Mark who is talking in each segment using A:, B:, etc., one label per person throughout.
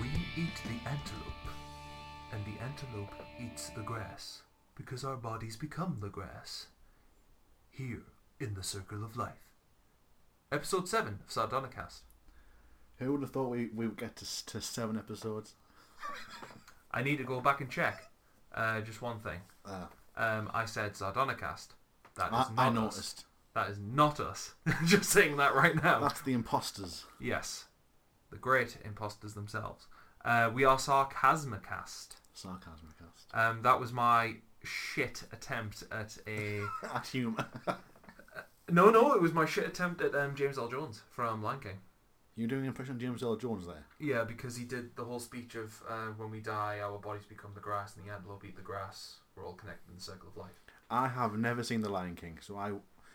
A: We eat the antelope, and the antelope eats the grass, because our bodies become the grass. Here in the circle of life. Episode 7 of Sardonicast.
B: Who would have thought we, we would get to, s- to seven episodes?
A: I need to go back and check. Uh, just one thing.
B: Ah,
A: Um, I said Sardonicast. That
B: I,
A: is not
B: I
A: Us.
B: noticed.
A: That is not us. just saying that right now.
B: That's the imposters.
A: Yes. The great imposters themselves. Uh, we are Sarcasmacast.
B: Sarcasm cast.
A: Um, that was my shit attempt at a.
B: At humour.
A: No, no, it was my shit attempt at um, James L. Jones from Lion King.
B: you doing an impression of James L. Jones there?
A: Yeah, because he did the whole speech of uh, when we die, our bodies become the grass, and the antelope eat the grass. We're all connected in the circle of life.
B: I have never seen The Lion King, so I.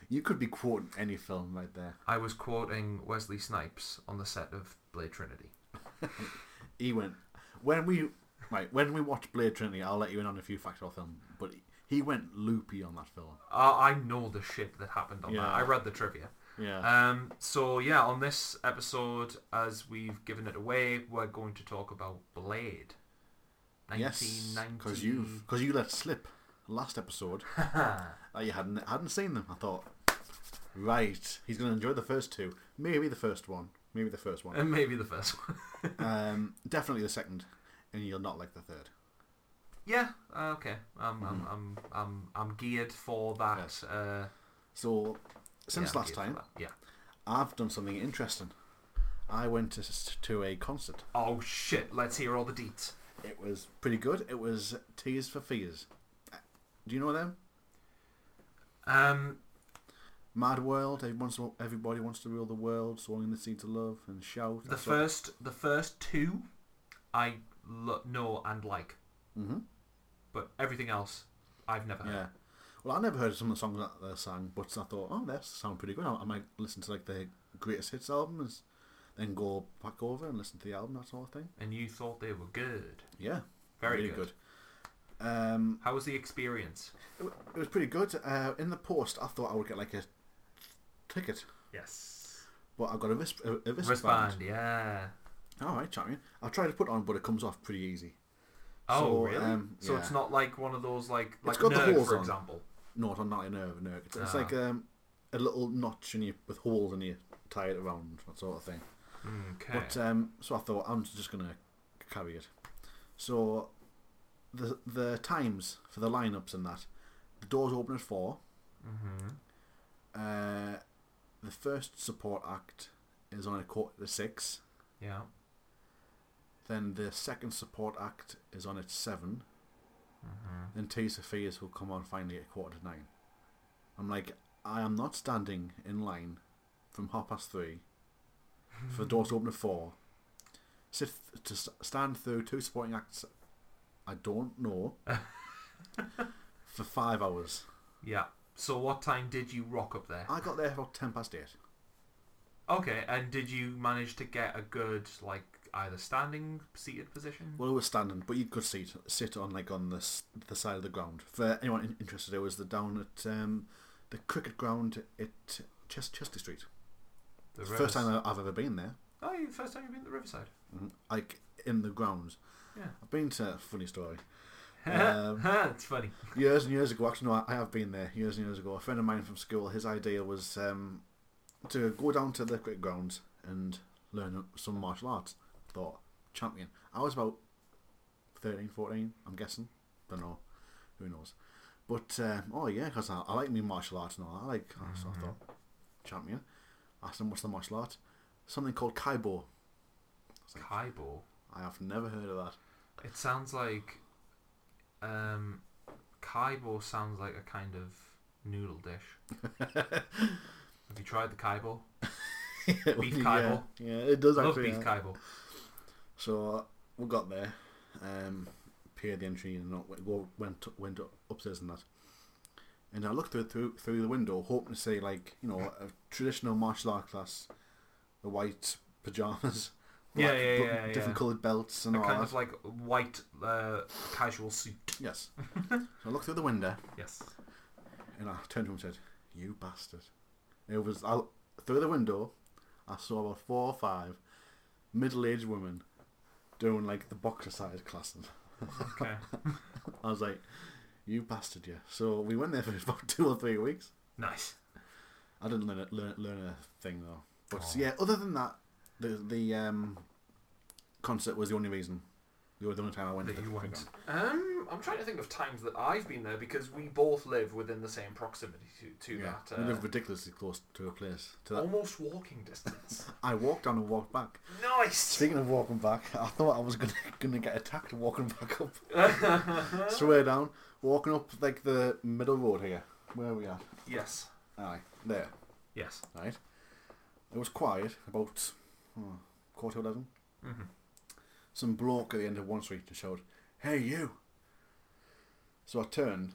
B: You could be quoting any film right there.
A: I was quoting Wesley Snipes on the set of Blade Trinity.
B: He went when we right when we watch Blade Trinity. I'll let you in on a few facts about the film, but he went loopy on that film.
A: Uh, I know the shit that happened on that.
B: Yeah.
A: I read the trivia.
B: Yeah,
A: Um, so yeah, on this episode, as we've given it away, we're going to talk about Blade.
B: yes,
A: 1990.
B: because you because you let slip last episode that you hadn't hadn't seen them. I thought, right, he's going to enjoy the first two, maybe the first one, maybe the first one,
A: and maybe the first one.
B: um, definitely the second, and you'll not like the third.
A: yeah. Uh, okay. Um, I'm, I'm, I'm, I'm geared for that.
B: Mm-hmm. Yes.
A: Uh,
B: So
A: yeah,
B: since
A: I'm
B: last
A: geared for
B: time,
A: that. Yeah.
B: I've done something interesting. I went to s- to a concert.
A: Oh shit! Let's hear all the deets.
B: It was pretty good. It was Tears for Fears. Do you know them?
A: Um,
B: Mad World. Everyone's, everybody wants to rule the world. Sowing the seeds of love and shout.
A: the first, the first two, I lo- know and like,
B: Mm-hmm.
A: but everything else, I've never heard.
B: Yeah. Well, I never heard some of the songs that they sang, but I thought, oh, that sound pretty good. I, I might listen to like the greatest hits album, and s- then go back over and listen to the album, that sort of thing.
A: And you thought they were good.
B: Yeah.
A: Very
B: really
A: good.
B: good. Um,
A: How was the experience?
B: it, wa- it was pretty good. Uh, in the post, I thought I would get like a ticket,
A: Yes.
B: but I got a, wrist, a, a wristband.
A: Wristband, yeah.
B: All right, champion. I tried to put it on, but it comes off pretty easy.
A: Oh,
B: So,
A: really?
B: um,
A: So it's
B: yeah.
A: not like one of those like like
B: got the
A: Nerf,
B: holes
A: for
B: on.
A: example.
B: No, it's not like a nerve. No, it's, it's
A: Ah.
B: like um, a little notch in you with holes and you tie it around that sort of thing.
A: Mm, Okay.
B: But um, so I thought I'm just gonna carry it. So the the times for the lineups and that. The doors open at four.
A: mm-hmm.
B: Uh, the first support act is on at quarter to six.
A: Yeah.
B: Then the second support act is on at seven.
A: Mm-hmm.
B: Then Tea Sophia's will come on finally at quarter to nine. I'm like, I am not standing in line from half past three for the door to open at four. Sit th- to st- stand through two supporting acts I don't know for five hours.
A: Yeah. So what time did you rock up there?
B: I got there for ten past eight.
A: Okay, and did you manage to get a good like either standing seated position?
B: Well, I was standing, but you could sit sit on like on the s- the side of the ground. For anyone in- interested, it was the down at um, the cricket ground at Ches- Chester Street.
A: The
B: It's the first
A: Rivers-
B: time I- I've ever been there.
A: Oh, you first time you've been to the Riverside.
B: Mhm. like in the grounds.
A: Yeah.
B: I've been to funny story. Um,
A: it's funny.
B: Years and years ago, actually, no, I- I have been there. Years and years ago, a friend of mine from school, his idea was um, to go down to the cricket grounds and learn some martial arts. Thought champion. I was about 13, 14, I'm guessing. Don't know. Who knows? But um, oh yeah, because I, I like me martial arts and all. that. I like. So I thought champion. Asked him what's the martial art? Something called kaibo.
A: Kaibo.
B: I have never heard of that.
A: It sounds like um Kaibo sounds like a kind of noodle dish. Have you tried the Kaibo? Beef kibble.
B: Yeah, yeah, it does
A: Love
B: actually. uh,
A: beef
B: yeah.
A: Kaibo.
B: So we got there, um, paid the entry and not went, went went upstairs and that. and I looked through through, through the window, hoping to see like you know a traditional martial art class, the white pajamas,
A: Yeah,
B: black
A: yeah,
B: bu-
A: yeah,
B: different
A: yeah.
B: coloured belts and
A: A
B: all
A: kind
B: that.
A: of like white uh, casual suit.
B: Yes. so I looked through the window
A: Yes.
B: and I turned to him and said, "You bastard!" It was I, through the window. I saw about four or five middle-aged women doing like the boxer size classes.
A: Okay.
B: I was like, "You bastard, yeah." So we went there for about two or three weeks.
A: nice.
B: I didn't learn a, learn, learn a thing though. But yeah, other than that, the the um, concert was the only reason. The only the only time I went.
C: That
B: to the
C: you went.
B: playground.
A: Um, I'm trying to think of times that I've been there because we both live within the same proximity to, to
B: Yeah,
A: that.
B: we
A: Uh,
B: live ridiculously close to a place. To that,
A: Almost walking distance.
B: I walked down and walked back.
A: nice.
B: Speaking of walking back, I thought I was gonna gonna get attacked walking back up. Swear down, walking up like the middle road here. Where are we at?
A: Yes.
B: Aye, there.
A: Yes.
B: Right. It was quiet about oh, quarter to eleven.
A: Mhm.
B: Some bloke at the end of one street shouted, "Hey you!" So I turned.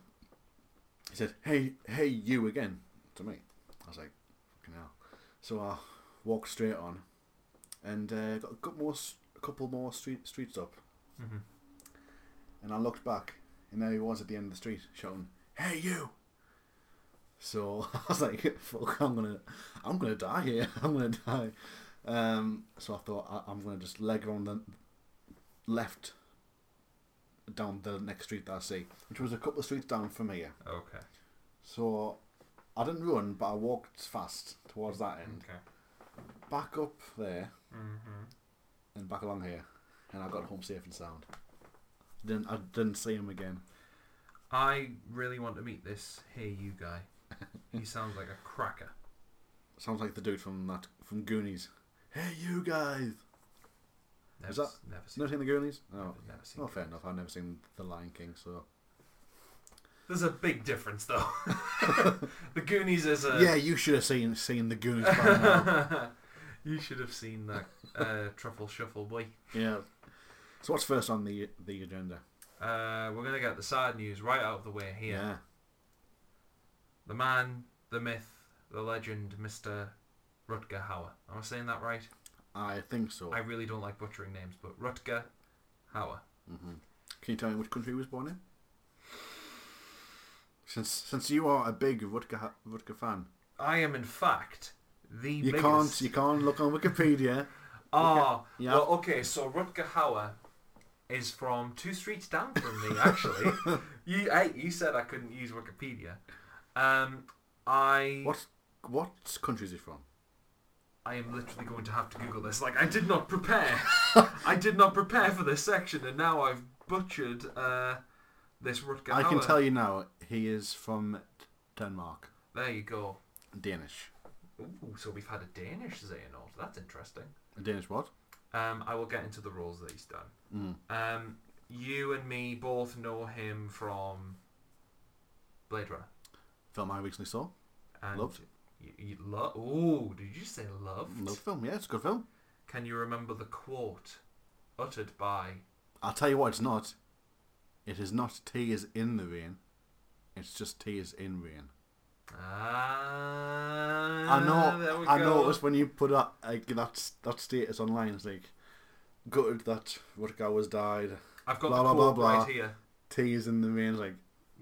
B: He said, "Hey, hey you again!" To me, I was like, "Fucking hell!" So I walked straight on, and uh, got a couple more, s- a couple more street streets up.
A: Mhm.
B: And I looked back, and there he was at the end of the street shouting, "Hey you!" So I was like, "Fuck! I'm gonna, I'm gonna die here. I'm gonna die." Um, so I thought I, I'm gonna just leg on the left down the next street that I see, which was a couple of streets down from here.
A: Okay.
B: So I didn't run, but I walked fast towards that end,
A: Okay.
B: back up there,
A: Mm-hmm.
B: and back along here, and I got home safe and sound. Didn't I didn't see him again.
A: I really want to meet this Hey You guy. He sounds like a cracker.
B: Sounds like the dude from that from Goonies. Hey, you guys!
A: Never,
B: Is that-
A: s- never seen.
B: Never seen the Goonies? No.
A: Never, never seen
B: Oh, fair enough. I've never seen The Lion King, so
A: There's a big difference though. the Goonies is a
B: yeah, you should have seen seen the Goonies. By now.
A: you should have seen that uh, truffle shuffle boy.
B: yeah. So what's first on the the agenda?
A: Uh, we're gonna get the sad news right out of the way here. The man, the myth, the legend, Mr. Rutger Hauer. Am I saying that right?
B: I think so.
A: I really don't like butchering names, but Rutger Hauer.
B: hmm Can you tell me which country he was born in? Since since you are a big Rutger ha- Rutger fan,
A: I am in fact the
B: you
A: biggest.
B: can't you can't look on Wikipedia.
A: Ah,
B: Yeah.
A: well, okay. So Rutger Hauer is from two streets down from me. Actually, you I, you said I couldn't use Wikipedia. Um, I
B: What what country is he from?
A: I am literally going to have to Google this. Like I did not prepare. I did not prepare for this section, and now I've butchered uh, this Rutger
B: I
A: Hauer.
B: can tell you now. He is from Denmark,
A: There you go.
B: Danish.
A: Ooh, so we've had a Danish Xehanort. That's interesting.
B: Danish what?
A: Um, I will get into the roles that he's done.
B: Mm.
A: Um, you and me both know him from Blade Runner.
B: Film I recently saw.
A: And
B: Loved.
A: You, you lo- Ooh, did you say loved?
B: Love film. Yeah, it's a good film.
A: Can you remember the quote uttered by?
B: I'll tell you what, it's not. It is not tears in the rain. It's just tears in rain.
A: Ah,
B: I know.
A: There we
B: I
A: go.
B: noticed when you put that like that that status online, it's like gutted that Rutger was died.
A: I've got
B: blah,
A: the
B: blah, blah,
A: quote
B: blah.
A: right here.
B: Tears in the rain. It's like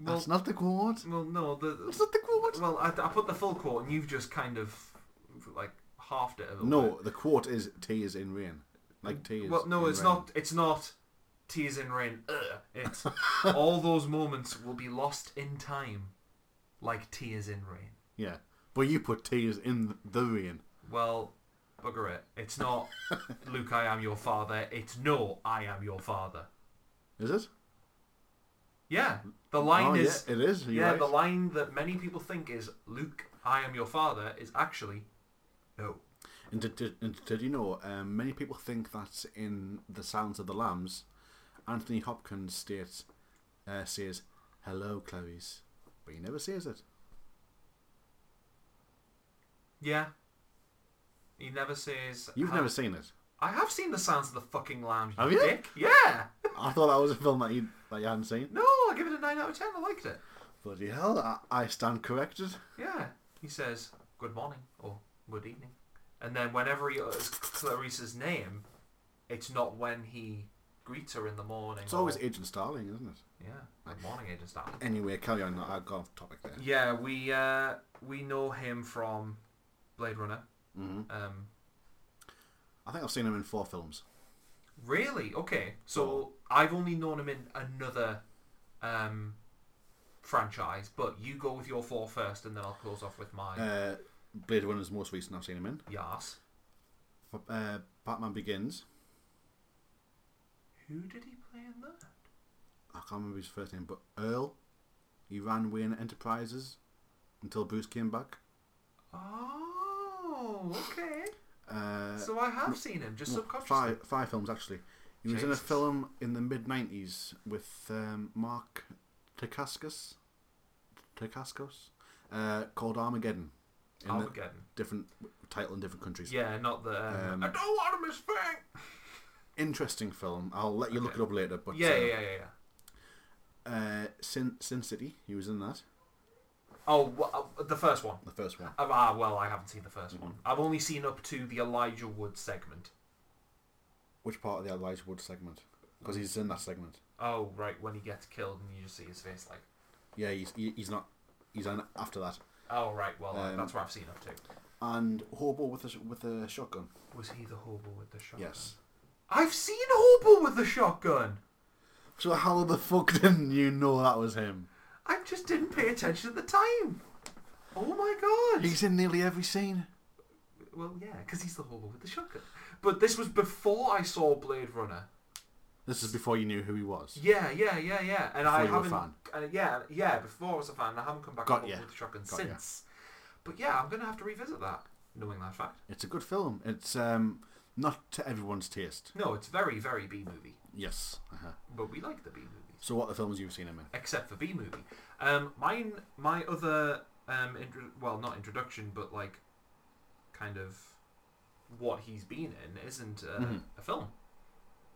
A: Well,
B: that's not the quote.
A: well, no. The,
B: That's not the quote.
A: well, I, I put the full quote, and you've just kind of like halved it a little bit.
B: No, the quote is tears in rain. Like tears.
A: Well, no,
B: in
A: it's
B: rain.
A: not. It's not tears in rain. Ugh. It's all those moments will be lost in time, like tears in rain.
B: Yeah, but you put tears in the rain.
A: Well, bugger it. It's not. Luke, I am your father. It's no, I am your father.
B: Is it?
A: Yeah, the line
B: Oh, yeah,
A: is.
B: it is. You're
A: yeah,
B: right.
A: the line that many people think is Luke, I am your father is actually no.
B: And did, did, and did you know, um, many people think that in The Sounds of the Lambs, Anthony Hopkins states, uh, says, hello, Clarice, but he never says it.
A: Yeah. He never says.
B: You've
A: "How-
B: never seen it.
A: I have seen the sounds of the fucking lambs. You
B: Have you?
A: dick. Yeah.
B: I thought that was a film that you, that you hadn't seen.
A: No, I give it a nine out of ten. I liked it.
B: Bloody hell, I, I stand corrected.
A: Yeah. He says, good morning or good evening. And then whenever he utters Clarice's name, it's not when he greets her in the morning.
B: It's always
A: or-
B: Agent Starling, isn't it?
A: Yeah. Good morning, Agent Starling.
B: Anyway, carry on. I got off topic there.
A: Yeah, we uh, we know him from Blade Runner.
B: hmm
A: Um,
B: I think I've seen him in four films.
A: really? Okay. So I've only known him in another um, franchise, but you go with your four first, and then I'll close off with mine.
B: Uh, Blade Runner's most recent I've seen him in.
A: Yas.
B: For, uh, Batman Begins.
A: Who did he play in that?
B: I can't remember his first name, but Earl. He ran Wayne Enterprises until Bruce came back.
A: Oh, okay.
B: Uh,
A: so I have seen him, just
B: well,
A: subconsciously.
B: five five films actually. He was in a
A: Jesus.
B: film in the mid '90s with um, Mark Dacascos, Dacascos, uh, called Armageddon. In a
A: Armageddon.
B: different title in different countries.
A: Yeah, not the. Um,
B: Um,
A: I don't want to miss Frank!
B: Interesting film. I'll let you look
A: Okay.
B: it up later. But
A: Yeah,
B: uh,
A: yeah, yeah, yeah. yeah.
B: Uh, Sin Sin City. He was in that.
A: Oh, well, uh, the first one.
B: The first one.
A: Um, ah, well, I haven't seen the 1st one.
B: Mm-hmm.
A: I've only seen up to the Elijah Wood segment.
B: Which part of the Elijah Wood segment? Because he's in that segment.
A: Oh, right, when he gets killed and you just see his face like,
B: Yeah, he's he, he's not. He's in after that.
A: oh, right, well, uh
B: Um,
A: that's where I've seen up to.
B: And Hobo with a sh- with a shotgun.
A: Was he the hobo with the shotgun?
B: Yes.
A: I've seen hobo with the shotgun!
B: So how the fuck didn't you know that was him?
A: I just didn't pay attention at the time! Oh my god!
B: He's in nearly every scene.
A: Well, yeah, because he's the hobo with the shotgun. But this was before I saw Blade Runner.
B: This is before you knew who he was.
A: Yeah, yeah, yeah, yeah. And I
B: Before you were a
A: haven't. And yeah, yeah. Before I was a fan, I haven't come back
B: Got
A: up
B: ya.
A: with the shotgun
B: Got ya.
A: since. But yeah, I'm gonna have to revisit that, knowing that fact.
B: It's a good film. It's um not to everyone's taste.
A: No, it's very, very B movie,
B: Yes. Uh-huh.
A: but we like the B movies,
B: So what are the films you've seen him in?
A: except for B movie. Um, mine, my other, um, intro- well, not introduction, but like, kind of, what he's been in isn't uh,
B: Mhm.
A: a film.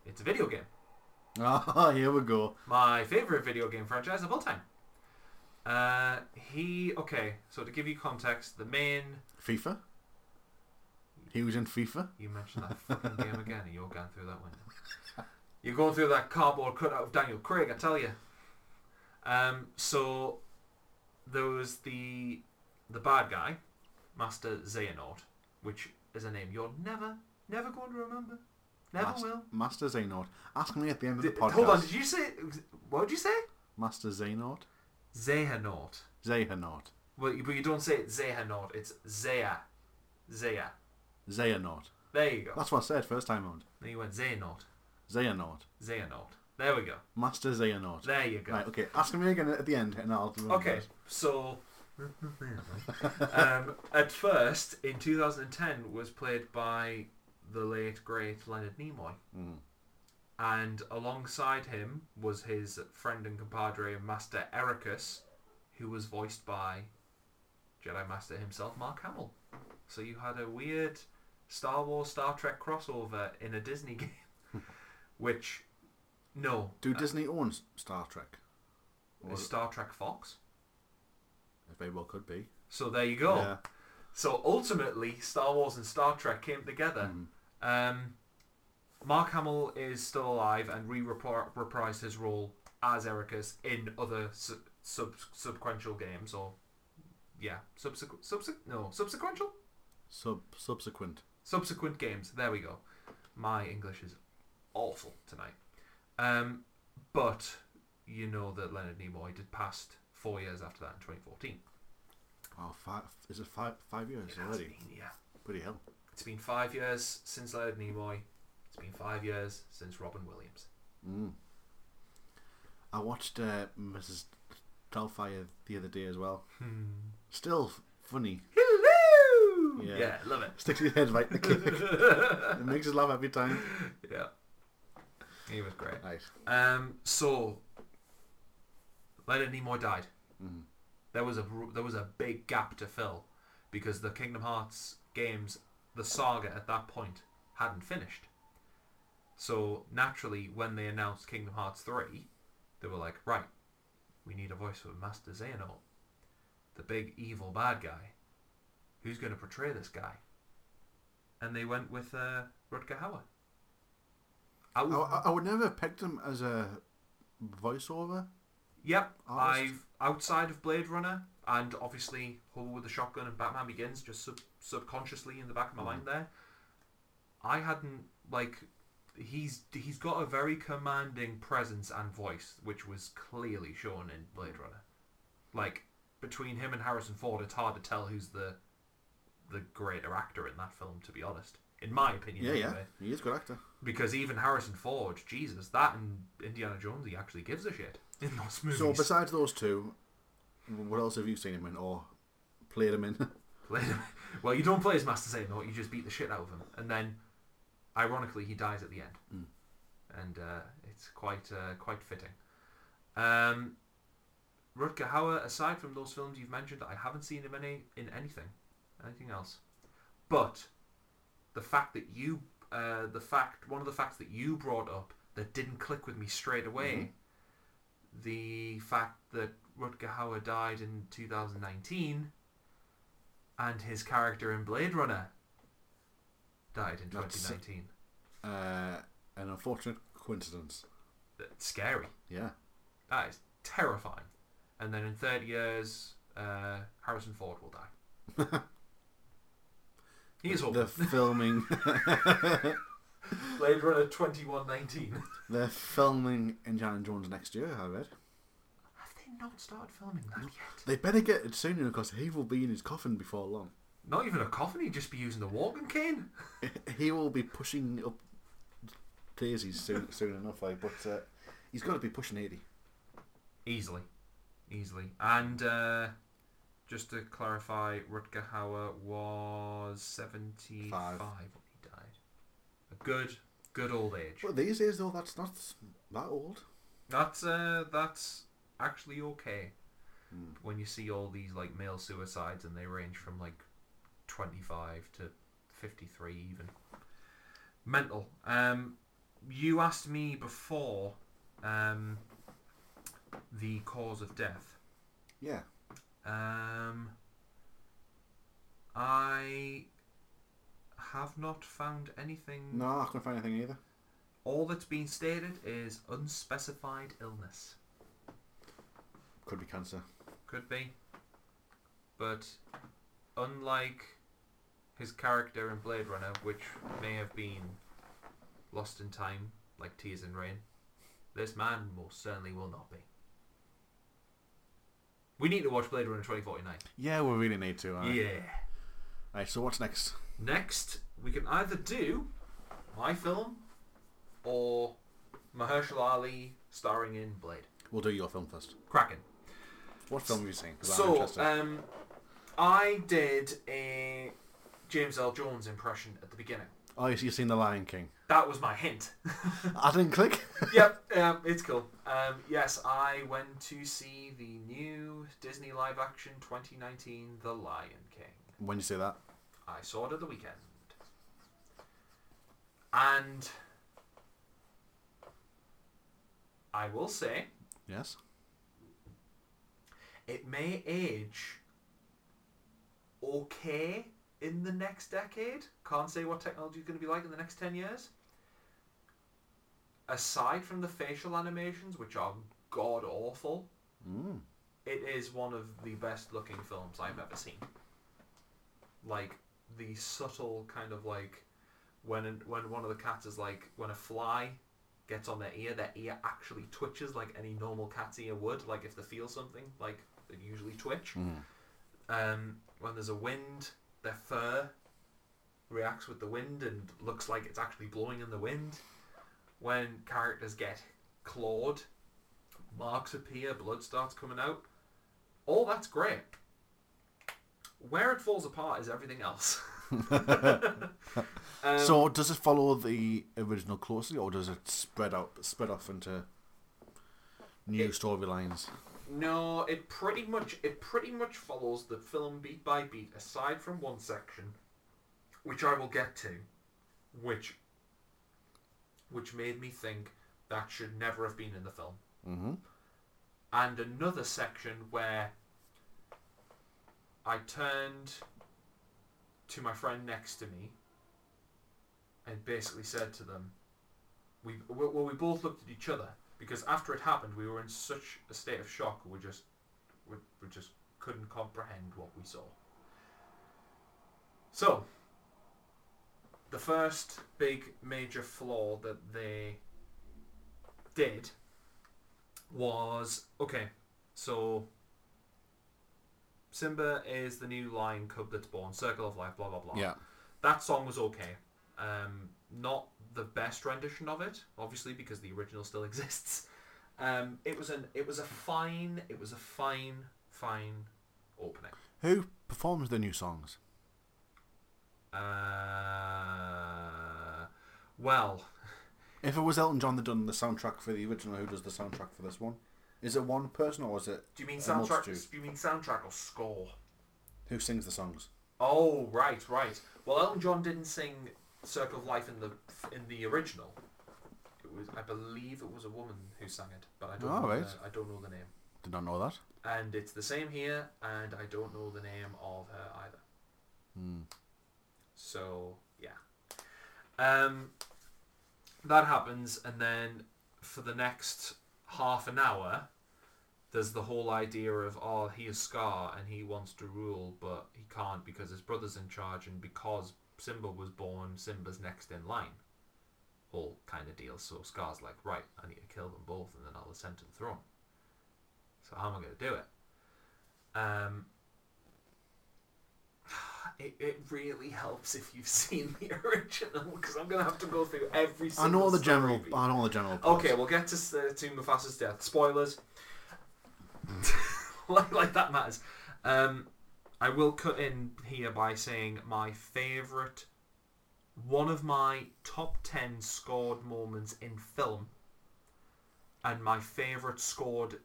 A: It's a video game.
B: Ah, here we go.
A: my favorite video game franchise of all time. Uh, he okay. So to give you context, the main
B: FIFA. He was in FIFA.
A: you mentioned that fucking game again, and you're going through that window. You're going through that cardboard cutout of Daniel Craig, I tell you. Um, so there was the the bad guy, Master Xehanort, which is a name you're never, never going to remember. Never
B: Mas-
A: will.
B: Master Xehanort. Ask me at the end of the
A: Did-
B: podcast.
A: hold on, did you say what did you say?
B: Master Xehanort.
A: Xehanort.
B: Xehanort.
A: Well, you- but you don't say it Zehanort, it's Zea. Zea.
B: Xehanort.
A: There you go.
B: That's what I said first time round.
A: Then you went Zeanort.
B: Xehanort.
A: Zeanort. There we go.
B: Master Xehanort.
A: There you go.
B: Right, okay. Ask me again at the end and I'll remember
A: Okay,
B: it.
A: so. um, at first, in 2010, was played by the late, great Leonard Nimoy.
B: Mm.
A: And alongside him was his friend and compadre, Master Ericus, who was voiced by Jedi Master himself, Mark Hamill. So you had a weird Star Wars, Star Trek crossover in a Disney game, which, no,
B: Do Disney own S- Star Trek? Or
A: is Star Trek Fox.
B: it very well could be.
A: So there you go.
B: Yeah.
A: So ultimately, Star Wars and Star Trek came together. Um, Mark Hamill is still alive and re-reprised his role as Ericus in other sub- sub- subsequential games, or yeah, subsequent, subsequent, no, subsequential,
B: Sub subsequent.
A: subsequent games. There we go. My English is awful tonight. Um, but you know that Leonard Nimoy did pass four years after that in 2014.
B: Oh, five, is it five five years
A: It has
B: already?
A: been, yeah.
B: Pretty hell.
A: It's been five years since Leonard Nimoy. It's been five years since Robin Williams.
B: Mm. I watched uh, Mrs. Doubtfire the other day as well.
A: Hmm.
B: Still f- funny.
A: Hello.
B: Yeah.
A: Yeah. love it.
B: Sticks his head right in the cake. it makes us laugh every time.
A: Yeah, he was great.
B: Right.
A: Um, so Leonard Nimoy died.
B: Mm.
A: There was a r- there was a big gap to fill because the Kingdom Hearts games, the saga at that point hadn't finished. So naturally, when they announced Kingdom Hearts three, they were like, right, we need a voice for Master Xehanort, the big evil bad guy. Who's going to portray this guy? And they went with uh, Rutger Hauer. I
B: I,
A: w-
B: I- I would never have picked him as a voiceover.
A: Yep,
B: Honest.
A: I've outside of Blade Runner and obviously Hubble with the shotgun and Batman Begins just sub- subconsciously in the
B: Mm.
A: back of my mind there. I hadn't like he's he's got a very commanding presence and voice which was clearly shown in Blade Runner. Like between him and Harrison Ford it's hard to tell who's the the greater actor in that film to be honest. In my opinion
B: Yeah, yeah.
A: anyway.
B: He is a good actor.
A: Because even Harrison Ford, Jesus, that and Indiana Jones he actually gives a shit in those movies.
B: So besides those two, what else have you seen him in or played him in?
A: Play him. Well, you don't play as Master Xehanort, you just beat the shit out of him. And then, ironically, he dies at the end. And uh, it's quite uh, quite fitting. Um, Rutger Hauer, aside from those films you've mentioned, I haven't seen him any, in anything. Anything else. But, the fact that you... Uh, the fact One of the facts that you brought up that didn't click with me straight away... The fact that Rutger Hauer died in 2019 and his character in Blade Runner died in
B: That's-
A: 2019.
B: uh, an unfortunate coincidence.
A: That's scary.
B: Yeah.
A: That is terrifying. And then in 30 years, uh, Harrison Ford will die. he is
B: They're
A: hopeful.
B: filming.
A: Blade Runner 2119.
B: they're filming Indiana Jones next year. I read.
A: Have they not started filming that yet?
B: They better get it sooner because he will be in his coffin before long.
A: Not even a coffin, he'd just be using the walking cane.
B: He will be pushing up daisies soon, soon enough. Like, but uh, he's got to be pushing eighty.
A: Easily. Easily. And uh, just to clarify, Rutger Hauer was 75
B: Five.
A: when he died. A good, good old age.
B: But these days, though, that's not that old.
A: That's, uh, that's actually okay. When you see all these like male suicides and they range from like 25 to 53 even. Mental. Um, you asked me before um, the cause of death.
B: Yeah.
A: Um, I have not found anything.
B: No, I couldn't find anything either.
A: All that's been stated is unspecified illness.
B: Could be cancer.
A: Could be. But unlike his character in Blade Runner, which may have been lost in time, like tears in rain, this man most certainly will not be. We need to watch Blade Runner 2049.
B: Yeah, we really need to. Right.
A: Yeah.
B: Right. So what's next?
A: Next, we can either do my film or Mahershala Ali starring in Blade.
B: We'll do your film first.
A: Kraken.
B: What film have you seen? 'Cause I'm
A: So,
B: interested.
A: um, I did a James L. Jones impression at the beginning.
B: oh, you- you've seen The Lion King.
A: That was my hint.
B: I didn't click.
A: yep, um, it's cool. Um, yes, I went to see the new Disney live action 2019 The Lion King.
B: when you say that,
A: I saw it at the weekend. And I will say
B: yes.
A: it may age okay in the next decade. Can't say what technology is going to be like in the next 10 years. Aside from the facial animations, which are god awful,
B: Mm.
A: it is one of the best looking films I've ever seen. Like the subtle kind of like when when one of the cats is like when a fly gets on their ear, their ear actually twitches like any normal cat's ear would. Like if they feel something, like they usually twitch. Um, when there's a wind, their fur reacts with the wind and looks like it's actually blowing in the wind. When characters get clawed, marks appear, blood starts coming out. All Oh, that's great. Where it falls apart is everything else. Um,
B: so does it follow the original closely, or does it spread out, spread off into new
A: It-
B: storylines?
A: No, it pretty much it pretty much follows the film beat by beat, aside from one section, which I will get to, which which made me think that should never have been in the film.
B: Mm-hmm.
A: and another section where I turned to my friend next to me and basically said to them, "We well, well, we both looked at each other because after it happened, we were in such a state of shock. We just, we, we just couldn't comprehend what we saw." So, the first big major flaw that they did was okay. So Simba is the new lion cub that's born. Circle of life. Blah blah blah.
B: Yeah.
A: That song was okay. Um, not the best rendition of it, obviously, because the original still exists. Um, it was an it was a fine it was a fine fine opening.
B: Who performs the new songs?
A: Uh, well,
B: If it was Elton John that done the soundtrack for the original, who does the soundtrack for this one? Is it one person or is it
A: do you mean
B: a
A: soundtrack?
B: multitude?
A: Do you mean soundtrack or score?
B: Who sings the songs?
A: Oh right, right. Well, Elton John didn't sing "Circle of Life" in the in the original. It was, I believe, it was a woman who sang it, but I don't
B: Oh,
A: know
B: right.
A: the, I don't know the name.
B: Did not know that.
A: And it's the same here, and I don't know the name of her either.
B: Hmm.
A: So yeah, um, that happens, and then for the next half an hour, there's the whole idea of oh he is Scar and he wants to rule, but he can't because his brother's in charge, and because Simba was born, Simba's next in line. Whole kind of deal. So Scar's like, right, I need to kill them both, and then I'll ascend to the throne. So how am I going to do it? Um, it, it really helps if you've seen the original because I'm gonna have to go through every.
B: I know
A: single
B: the
A: story
B: general.
A: beat.
B: I know the general. plot.
A: Okay, we'll get to s- uh, to Mufasa's death. Spoilers. like, like that matters. Um, I will cut in here by saying my favourite, one of my top ten scored moments in film, and my favourite scored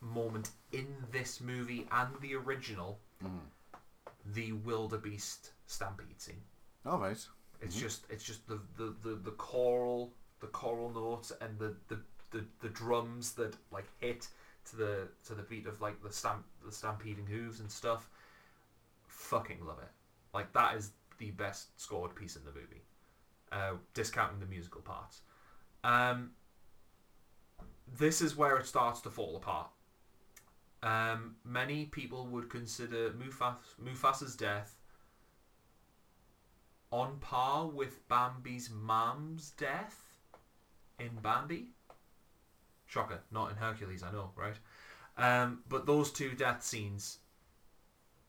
A: moment in this movie and the original, the wildebeest stampede scene.
B: All Oh, right.
A: It's just it's just the, the, the, the choral the choral notes and the, the, the, the drums that like hit to the to the beat of like the stamp the stampeding hooves and stuff. Fucking love it. Like that is the best scored piece in the movie. Uh, discounting the musical parts. Um, this is where it starts to fall apart. Um, many people would consider Mufas, Mufasa's death on par with Bambi's mum's death in Bambi. Shocker, not in Hercules, I know, right? Um, but those two death scenes,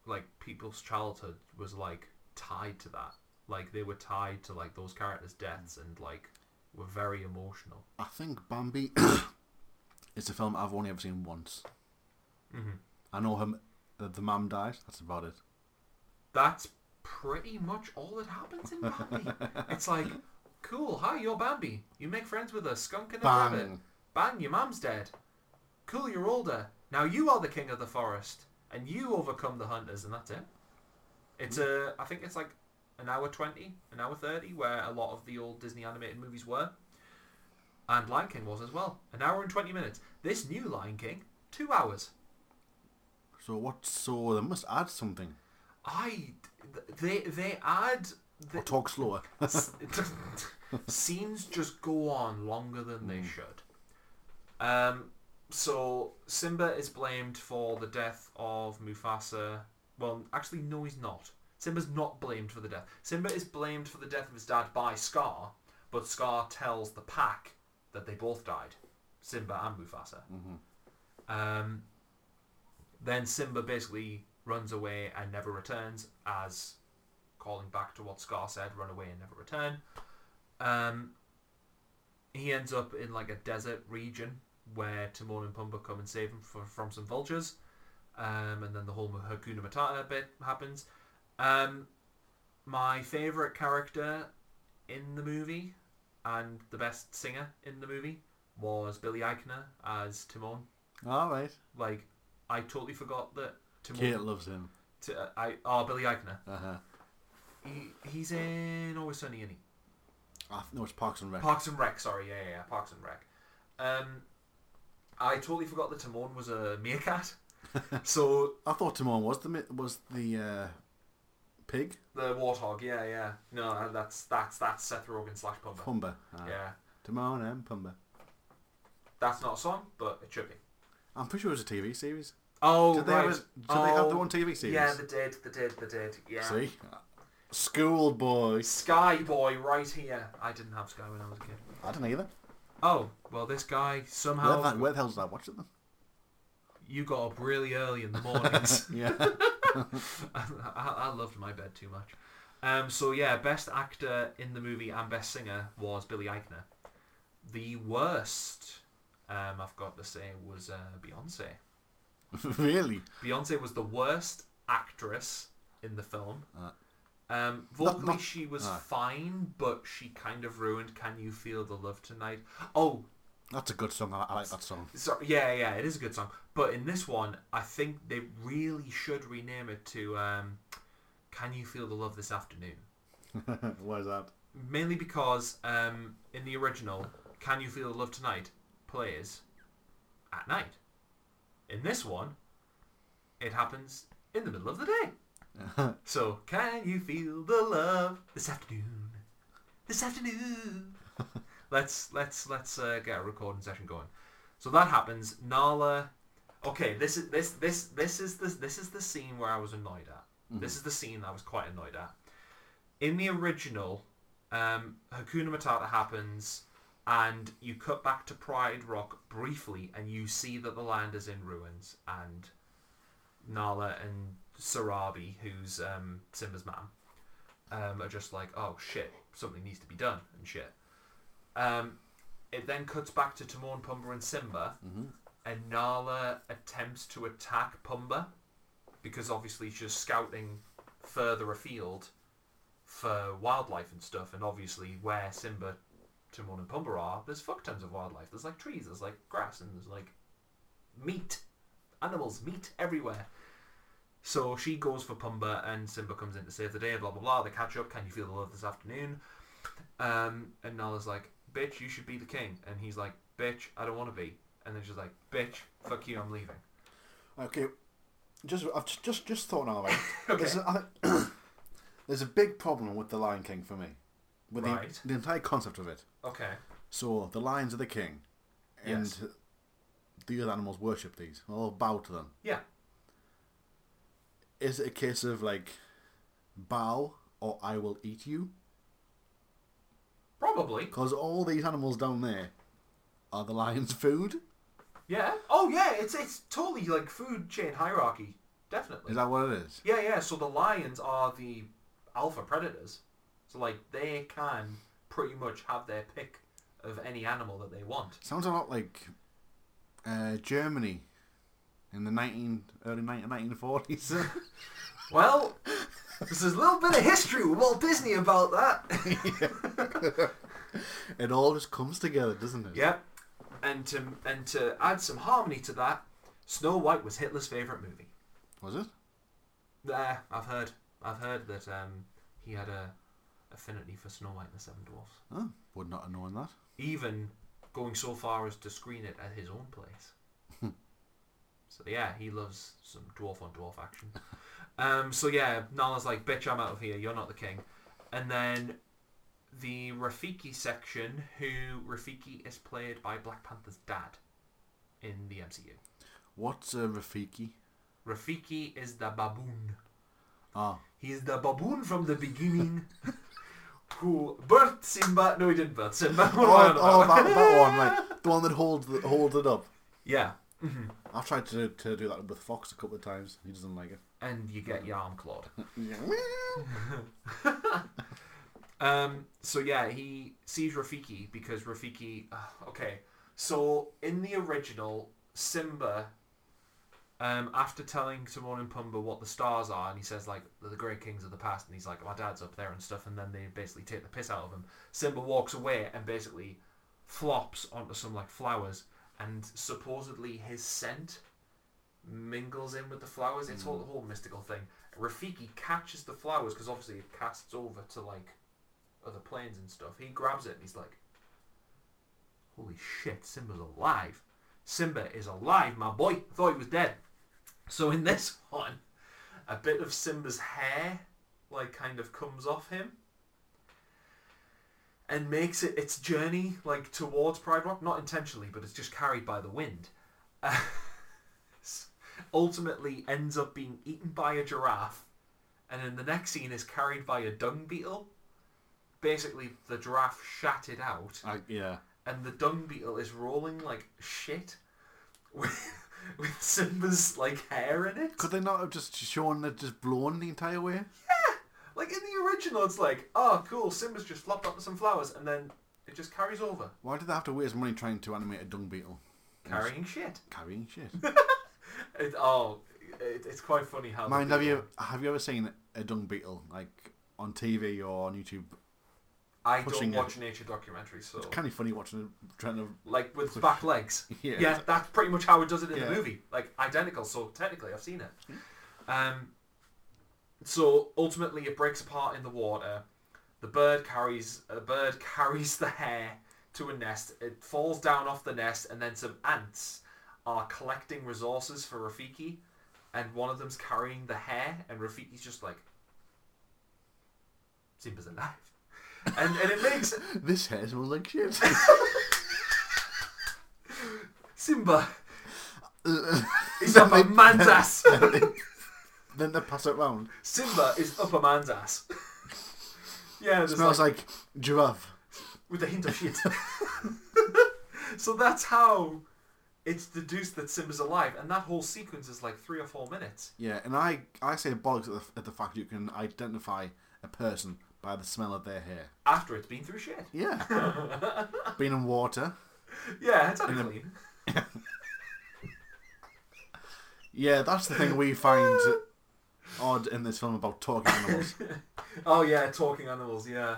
A: like people's childhood was like tied to that. Like they were tied to like those characters' deaths and like were very emotional.
B: I think Bambi is a film I've only ever seen once.
A: Mhm.
B: I know him. The, the mum dies. That's about it.
A: That's pretty much all that happens in Bambi. it's like, cool, hi, you're Bambi. You make friends with a skunk and a
B: Bang.
A: rabbit. Bang, your mum's dead. Cool, you're older. Now you are the king of the forest, and you overcome the hunters, and that's it. It's a, I think it's like an hour twenty, an hour thirty, where a lot of the old Disney animated movies were, and Lion King was as well. An hour and twenty minutes. This new Lion King, two hours.
B: So what? So they must add something.
A: I, they they add.
B: Or
A: The,
B: talk slower.
A: S- scenes just go on longer than they should. Um, so Simba is blamed for the death of Mufasa. Well, actually, no, he's not. Simba's not blamed for the death. Simba is blamed for the death of his dad by Scar, but Scar tells the pack that they both died, Simba and Mufasa. Um, then Simba basically runs away and never returns, as calling back to what Scar said, run away and never return. Um, he ends up in like a desert region where Timon and Pumbaa come and save him from, from some vultures. Um, and then the whole Hakuna Matata bit happens. Um, my favourite character in the movie and the best singer in the movie was Billy Eichner as Timon.
B: All right.
A: Like, I totally forgot that Timon.
B: Kate loves him.
A: To, I, oh, Billy Eichner.
B: Uh huh.
A: He, he's in Always Sunny, isn't he?
B: I th- no, it's Parks and Rec.
A: Parks and Rec, sorry, yeah, yeah, yeah, Parks and Rec. Um, I totally forgot that Timon was a meerkat. so
B: I thought Timon was the mi- was the uh, pig
A: the warthog, yeah, yeah. No, that's that's that's Seth Rogen slash Pumba.
B: Pumba. Ah,
A: Yeah,
B: Timon and Pumba.
A: that's not a song, but it should be.
B: I'm pretty sure it was a TV series.
A: Oh,
B: Did they have
A: right.
B: a- did they have their
A: Oh,
B: own TV series?
A: Yeah, they did. They did. They did. Yeah.
B: See, schoolboy.
A: Sky Boy right here. I didn't have Sky when I was a kid.
B: I don't either.
A: Oh, well, this guy
B: Where,
A: somehow
B: the- where the hell did I watch it then?
A: you got up really early in the mornings.
B: Yeah.
A: I, I loved my bed too much. Um, so yeah, best actor in the movie and best singer was Billy Eichner. The worst, um, I've got to say, was uh, Beyonce.
B: really?
A: Beyonce was the worst actress in the film.
B: Uh.
A: um, vocally,
B: not-
A: she was
B: uh.
A: fine, but she kind of ruined "Can You Feel the Love Tonight." Oh,
B: That's a good song. I, I like that song.
A: So yeah, yeah, it is a good song. But in this one, I think they really should rename it to um, "Can You Feel the Love This Afternoon,"
B: Where's that?
A: mainly because um, in the original, "Can You Feel the Love Tonight" plays at night. In this one, it happens in the middle of the day. so, can you feel the love this afternoon? This afternoon. let's let's let's uh, get a recording session going. So that happens. Nala. Okay, this is this this this is the this is the scene where I was annoyed at. This is the scene I was quite annoyed at. In the original, um, Hakuna Matata happens, and you cut back to Pride Rock briefly, and you see that the land is in ruins, and Nala and Sarabi, who's um, Simba's mom, um, are just like, oh shit, something needs to be done and shit. Um, it then cuts back to Timon, Pumba, and Simba, and Nala attempts to attack Pumba because obviously she's scouting further afield for wildlife and stuff, and obviously where Simba, Timon, and Pumba are, there's fuck tons of wildlife. There's like trees, there's like grass, and there's like meat, animals, meat everywhere. So she goes for Pumba, and Simba comes in to save the day. Blah blah blah. They catch up. Can you feel the love this afternoon? Um, and Nala's like, "Bitch, you should be the king," and he's like, "Bitch, I don't want to be." And then she's like, "Bitch, fuck you, I'm leaving."
B: Okay, just I've just just, just thought now. Right? there's, a, I, there's a big problem with the Lion King for me, with
A: Right.
B: the, the entire concept of it.
A: Okay.
B: So the lions are the king, and
A: Yes.
B: the other animals worship these. They'll all bow to them.
A: Yeah.
B: Is it a case of like, bow or I will eat you?
A: Probably.
B: Because all these animals down there are the lion's food.
A: Yeah. Oh yeah, it's it's totally like food chain hierarchy. Definitely.
B: Is that what it is?
A: Yeah, yeah. So the lions are the alpha predators. So like they can pretty much have their pick of any animal that they want.
B: Sounds a lot like uh, Germany in the nineteen early nineteen forties.
A: Well, there's a little bit of history with Walt Disney about that.
B: it all just comes together, doesn't it?
A: yep. And to and to add some harmony to that, Snow White was Hitler's favorite movie.
B: Was it?
A: There, I've heard. I've heard that um, he had a affinity for Snow White and the Seven Dwarfs.
B: Oh, would not have known that.
A: even going so far as to screen it at his own place.
B: Hmm.
A: so yeah, he loves some dwarf on dwarf action. Um, so yeah, Nala's like, "Bitch, I'm out of here. You're not the king." And then the Rafiki section, who Rafiki is played by Black Panther's dad in the MCU.
B: What's uh, Rafiki?
A: Rafiki is the baboon.
B: Oh,
A: He's the baboon from the beginning. Who birthed Simba? No, he didn't birth Simba. What am I on
B: oh, oh,
A: about?
B: that, that one, right? The one that holds the, holds it up.
A: Yeah,
B: I've tried to to do that with Fox a couple of times. He doesn't like it.
A: and you get your arm clawed. Um, so yeah, he sees Rafiki because Rafiki. ugh, okay, so in the original, Simba, um, after telling Timon and Pumbaa what the stars are, and he says like "They're the great kings of the past, and he's like my dad's up there and stuff, and then they basically take the piss out of him. Simba walks away and basically flops onto some like flowers, and supposedly his scent mingles in with the flowers. It's all the whole mystical thing. Rafiki catches the flowers because obviously it casts over to like other planes and stuff. He grabs it and he's like, "Holy shit, Simba's alive!" Simba is alive, my boy. I thought he was dead. So in this one, a bit of Simba's hair, like, kind of comes off him and makes it its journey, like, towards Pride Rock. Not intentionally, but it's just carried by the wind. Uh, ultimately ends up being eaten by a giraffe and in the next scene is carried by a dung beetle. Basically, the giraffe shat it out,
B: I, yeah.
A: and the dung beetle is rolling like shit with, with Simba's like hair in it.
B: Could they not have just shown that just blown the entire way?
A: Like in the original, it's like, oh, cool, Simba's just flopped up some flowers, and then it just carries over,
B: Why did they have to waste money trying to animate a dung beetle
A: carrying shit.
B: carrying shit?
A: It, oh, it, it's quite funny how. they
B: Mind
A: do
B: have you
A: that.
B: have you ever seen a dung beetle like on TV or on YouTube?
A: I
B: pushing
A: don't
B: it?
A: watch nature documentaries, so
B: Kind of funny watching it trying to
A: like with back legs.
B: Yeah.
A: that's pretty much how it does it in
B: Yeah. Hmm.
A: the movie. Like identical. So technically, I've seen it. Um, so ultimately, it breaks apart in the water. The bird carries a bird carries the hair to a nest. It falls down off the nest, and then some ants are collecting resources for Rafiki, and one of them's carrying the hair, and Rafiki's just like, "Simba's alive," and and it makes
B: this hair smells like shit.
A: Simba. He's
B: Then
A: up a
B: they-
A: man's ass.
B: then they pass it round.
A: Simba is up a man's ass. yeah, there's
B: Smells
A: like,
B: like, giraffe.
A: with a hint of shit. so that's how it's deduced that Simba's alive, and that whole sequence is like three or four minutes.
B: Yeah, and I I say bollocks at the, at the fact you can identify a person by the smell of their hair.
A: After it's been through shit.
B: Yeah, been in water.
A: Yeah, it's actually.
B: Yeah, that's the thing we find odd in this film about talking animals.
A: Oh yeah, talking animals. Yeah.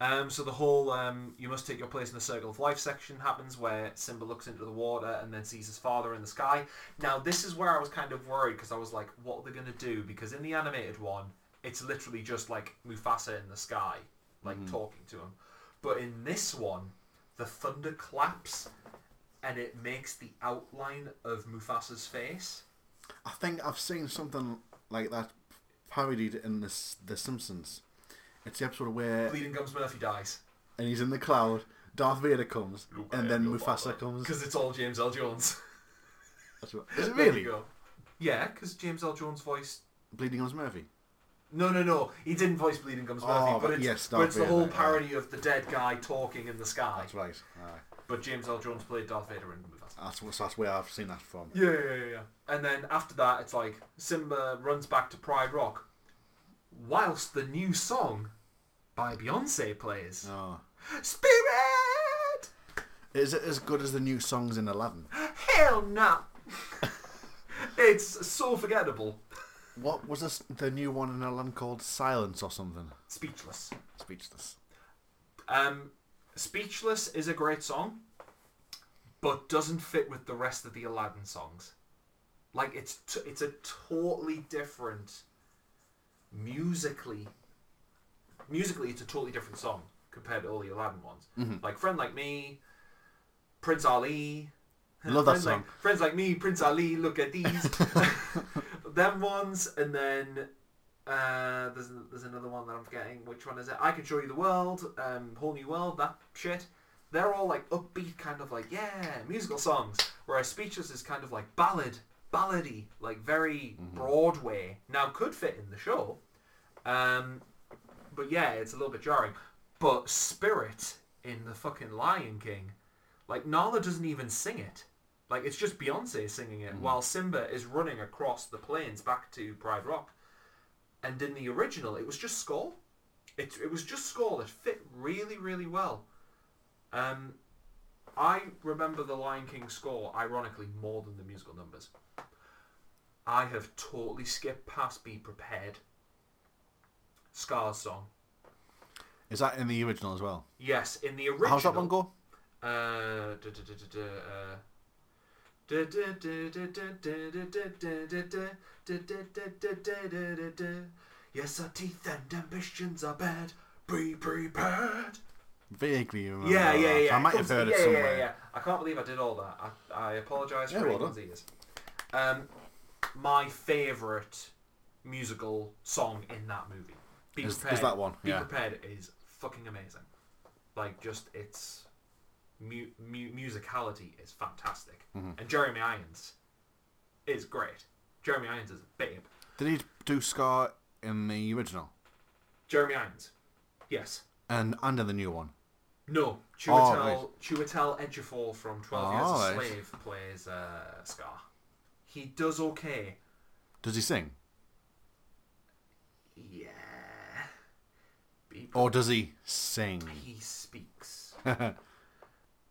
A: Um, so the whole um, "you must take your place in the circle of life" section happens, where Simba looks into the water and then sees his father in the sky. Now this is where I was kind of worried because I was like, "What are they going to do?" Because in the animated one, it's literally just like Mufasa in the sky, like talking to him. But in this one, the thunder claps, and it makes the outline of Mufasa's face.
B: I think I've seen something like that parodied in this The Simpsons. It's the episode where
A: Bleeding Gums Murphy dies
B: and he's in the cloud. Darth Vader comes,
A: Look, I
B: and
A: am
B: then
A: your
B: Mufasa
A: father.
B: comes.
A: because it's all James L. Jones.
B: That's what- Is it
A: There you
B: really
A: go. Yeah, because James L. Jones voiced.
B: Bleeding Gums Murphy?
A: No, no, no. He didn't voice Bleeding Gums Murphy,
B: Oh,
A: but
B: but
A: it's,
B: yes,
A: but
B: Darth
A: it's the whole
B: Vader, yeah.
A: parody of the dead guy talking in the sky.
B: That's right. Aye.
A: But James L. Jones played Darth Vader in Mufasa.
B: That's what- that's where I've seen that from.
A: Yeah, yeah, yeah, yeah. And then after that, it's like Simba runs back to Pride Rock, whilst the new song by Beyonce plays.
B: Oh.
A: Spirit,
B: Is it as good as the new songs in Aladdin?
A: hell no. it's so forgettable.
B: What was this, the new one in Aladdin called? Silence or something?
A: Speechless.
B: Speechless.
A: Um, Speechless is a great song, but doesn't fit with the rest of the Aladdin songs. Like it's t- it's a totally different musically. Musically, it's a totally different song compared to all the Aladdin ones.
B: Mm-hmm.
A: Like Friend Like Me, Prince Ali.
B: Love that
A: Friends
B: song.
A: Like, Friends Like Me, Prince Ali. Look at these. Them ones, and then uh, there's there's another one that I'm forgetting. Which one is it? I can show you the world. Um, whole new world. That shit. They're all like upbeat, kind of like yeah, musical songs. Whereas Speechless is kind of like ballad, ballady, like very
B: Mm-hmm.
A: Broadway. Now could fit in the show, um, but yeah, it's a little bit jarring. But Spirit in the fucking Lion King, like Nala doesn't even sing it. Like it's just Beyonce singing it while Simba is running across the plains back to Pride Rock. And in the original, it was just score. It, it was just score that fit really, really well. Um, I remember the Lion King score, ironically, more than the musical numbers. I have totally skipped past Be Prepared. Scar's song.
B: Is that in the original as well?
A: Yes, in the original.
B: How's that one go?
A: Uh, duh, duh, duh, duh, duh, uh, duh, duh, duh, duh, duh, duh, duh, duh, duh, duh, duh, duh, duh, duh, duh, duh, duh, duh, duh. Yes, our teeth and ambitions are bad. Be prepared.
B: Vaguely remember.
A: Yeah, yeah,
B: that.
A: yeah.
B: I might have
A: comes-
B: heard
A: yeah,
B: it
A: yeah,
B: somewhere.
A: Yeah, yeah. I can't believe I did all that. I, I apologise
B: Yeah,
A: for
B: well
A: anyone's ears. Um, my favourite musical song in that movie. Be
B: Is- is
A: prepared.
B: that one,
A: Be
B: yeah.
A: prepared is fucking amazing. Like just its mu- mu- musicality is fantastic,
B: Mm-hmm.
A: and Jeremy Irons is great. Jeremy Irons is a babe.
B: Did he do Scar in the original
A: Jeremy Irons, yes.
B: and and in the new one?
A: No,
B: Oh,
A: Chiwetel Chiwetel Ejiofor from Twelve
B: Oh,
A: Years a
B: right.
A: Slave plays uh, Scar. He does okay.
B: Does he sing
A: Yeah. Be pre-
B: or does he sing?
A: he speaks.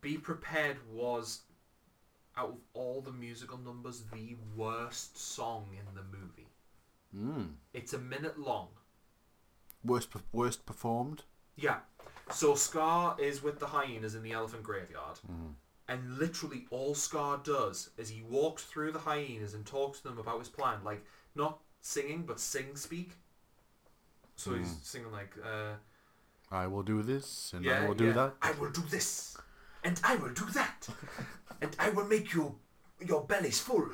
A: Be prepared was out of all the musical numbers the worst song in the movie.
B: mm.
A: It's a minute long.
B: Worst per- worst performed.
A: Yeah. So Scar is with the hyenas in the elephant graveyard.
B: Mm-hmm.
A: And literally all Scar does is he walks through the hyenas and talks to them about his plan. Like, not singing, but sing speak. So he's singing like, uh,
B: I will do this Mm. and
A: yeah,
B: I will do
A: yeah,
B: that.
A: I will do this. And I will do that. and I will make you, your bellies full.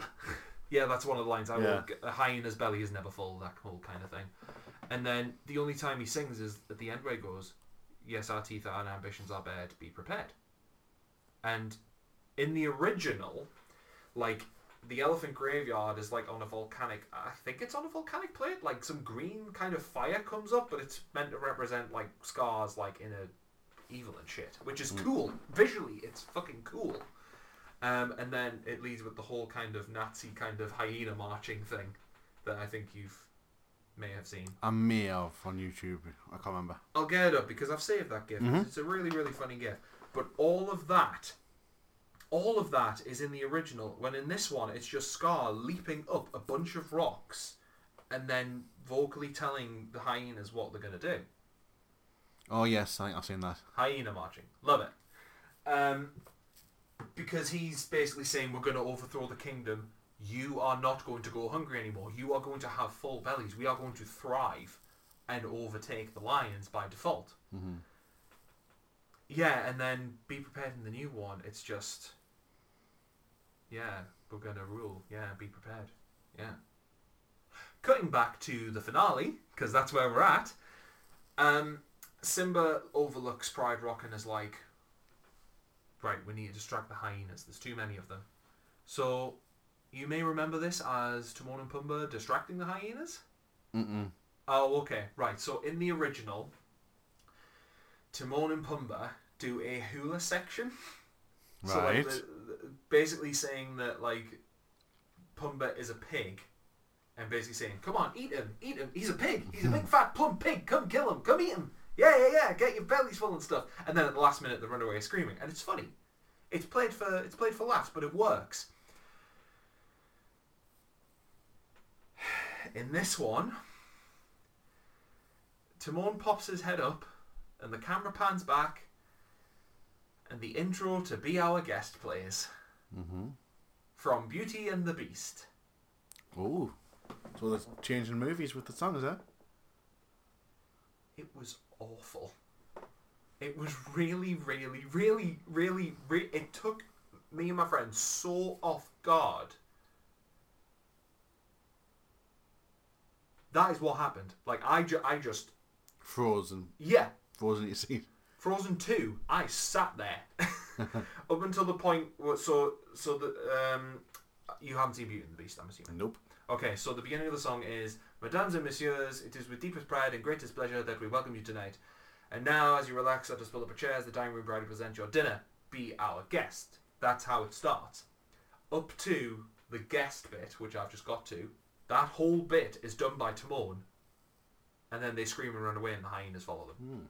A: Yeah, that's one of the lines. I will
B: Yeah.
A: will, a hyena's belly is never full, that whole kind of thing. And then the only time he sings is at the end where he goes, Yes, our teeth are and ambitions are bared, be prepared. And in the original, like, the elephant graveyard is like on a volcanic, I think it's on a volcanic plate, like some green kind of fire comes up, but it's meant to represent like scars, like in a evil and shit, which is cool. Visually, it's fucking cool. Um, and then it leads with the whole kind of Nazi kind of hyena marching thing that I think you've may have seen.
B: I may have on YouTube. I can't remember.
A: I'll get it up because I've saved that gift. It's a really, really funny gift. But all of that, all of that is in the original. When in this one, it's just Scar leaping up a bunch of rocks and then vocally telling the hyenas what they're going to do.
B: Oh yes, I think I've seen that.
A: Hyena marching. Love it. Um, because he's basically saying, We're going to overthrow the kingdom. You are not going to go hungry anymore. You are going to have full bellies. We are going to thrive and overtake the lions by default.
B: Mm-hmm.
A: Yeah, and then be prepared in the new one. It's just, yeah, we're going to rule. Yeah, be prepared. Yeah. Cutting back to the finale, because that's where we're at. Um, Simba overlooks Pride Rock and is like, right, we need to distract the hyenas. There's too many of them. So you may remember this as Timon and Pumbaa distracting the hyenas.
B: Mm-mm.
A: Oh, okay, right. So in the original, Timon and Pumbaa do a hula section. So like
B: Right.
A: the, the, basically saying that like Pumbaa is a pig, and basically saying, "Come on, eat him, eat him. He's a pig. He's a big fat plump pig. Come kill him. Come eat him. Yeah, yeah, yeah. Get your bellies full and stuff." And then at the last minute, they run away screaming, and it's funny. It's played for it's played for laughs, but it works. In this one, Timon pops his head up, and the camera pans back, and the intro to Be Our Guest plays
B: mm-hmm.
A: from Beauty and the Beast.
B: Ooh. So they're changing movies with the songs, eh?
A: It was awful. It was really, really, really, really, re- it took me and my friend so off guard. That is what happened. Like I, ju- I just,
B: Frozen.
A: yeah,
B: Frozen, you see.
A: Frozen Two. I sat there up until the point. where- So, so the um, you haven't seen Beauty and the Beast, I'm assuming.
B: Nope.
A: Okay, so the beginning of the song is, Mesdames and Messieurs, it is with deepest pride and greatest pleasure that we welcome you tonight. And now, as you relax let us pull up a chair as the dining room bride to present your dinner. Be our guest. That's how it starts. Up to the guest bit, which I've just got to, that whole bit is done by Timon. And then they scream and run away, and the hyenas follow them.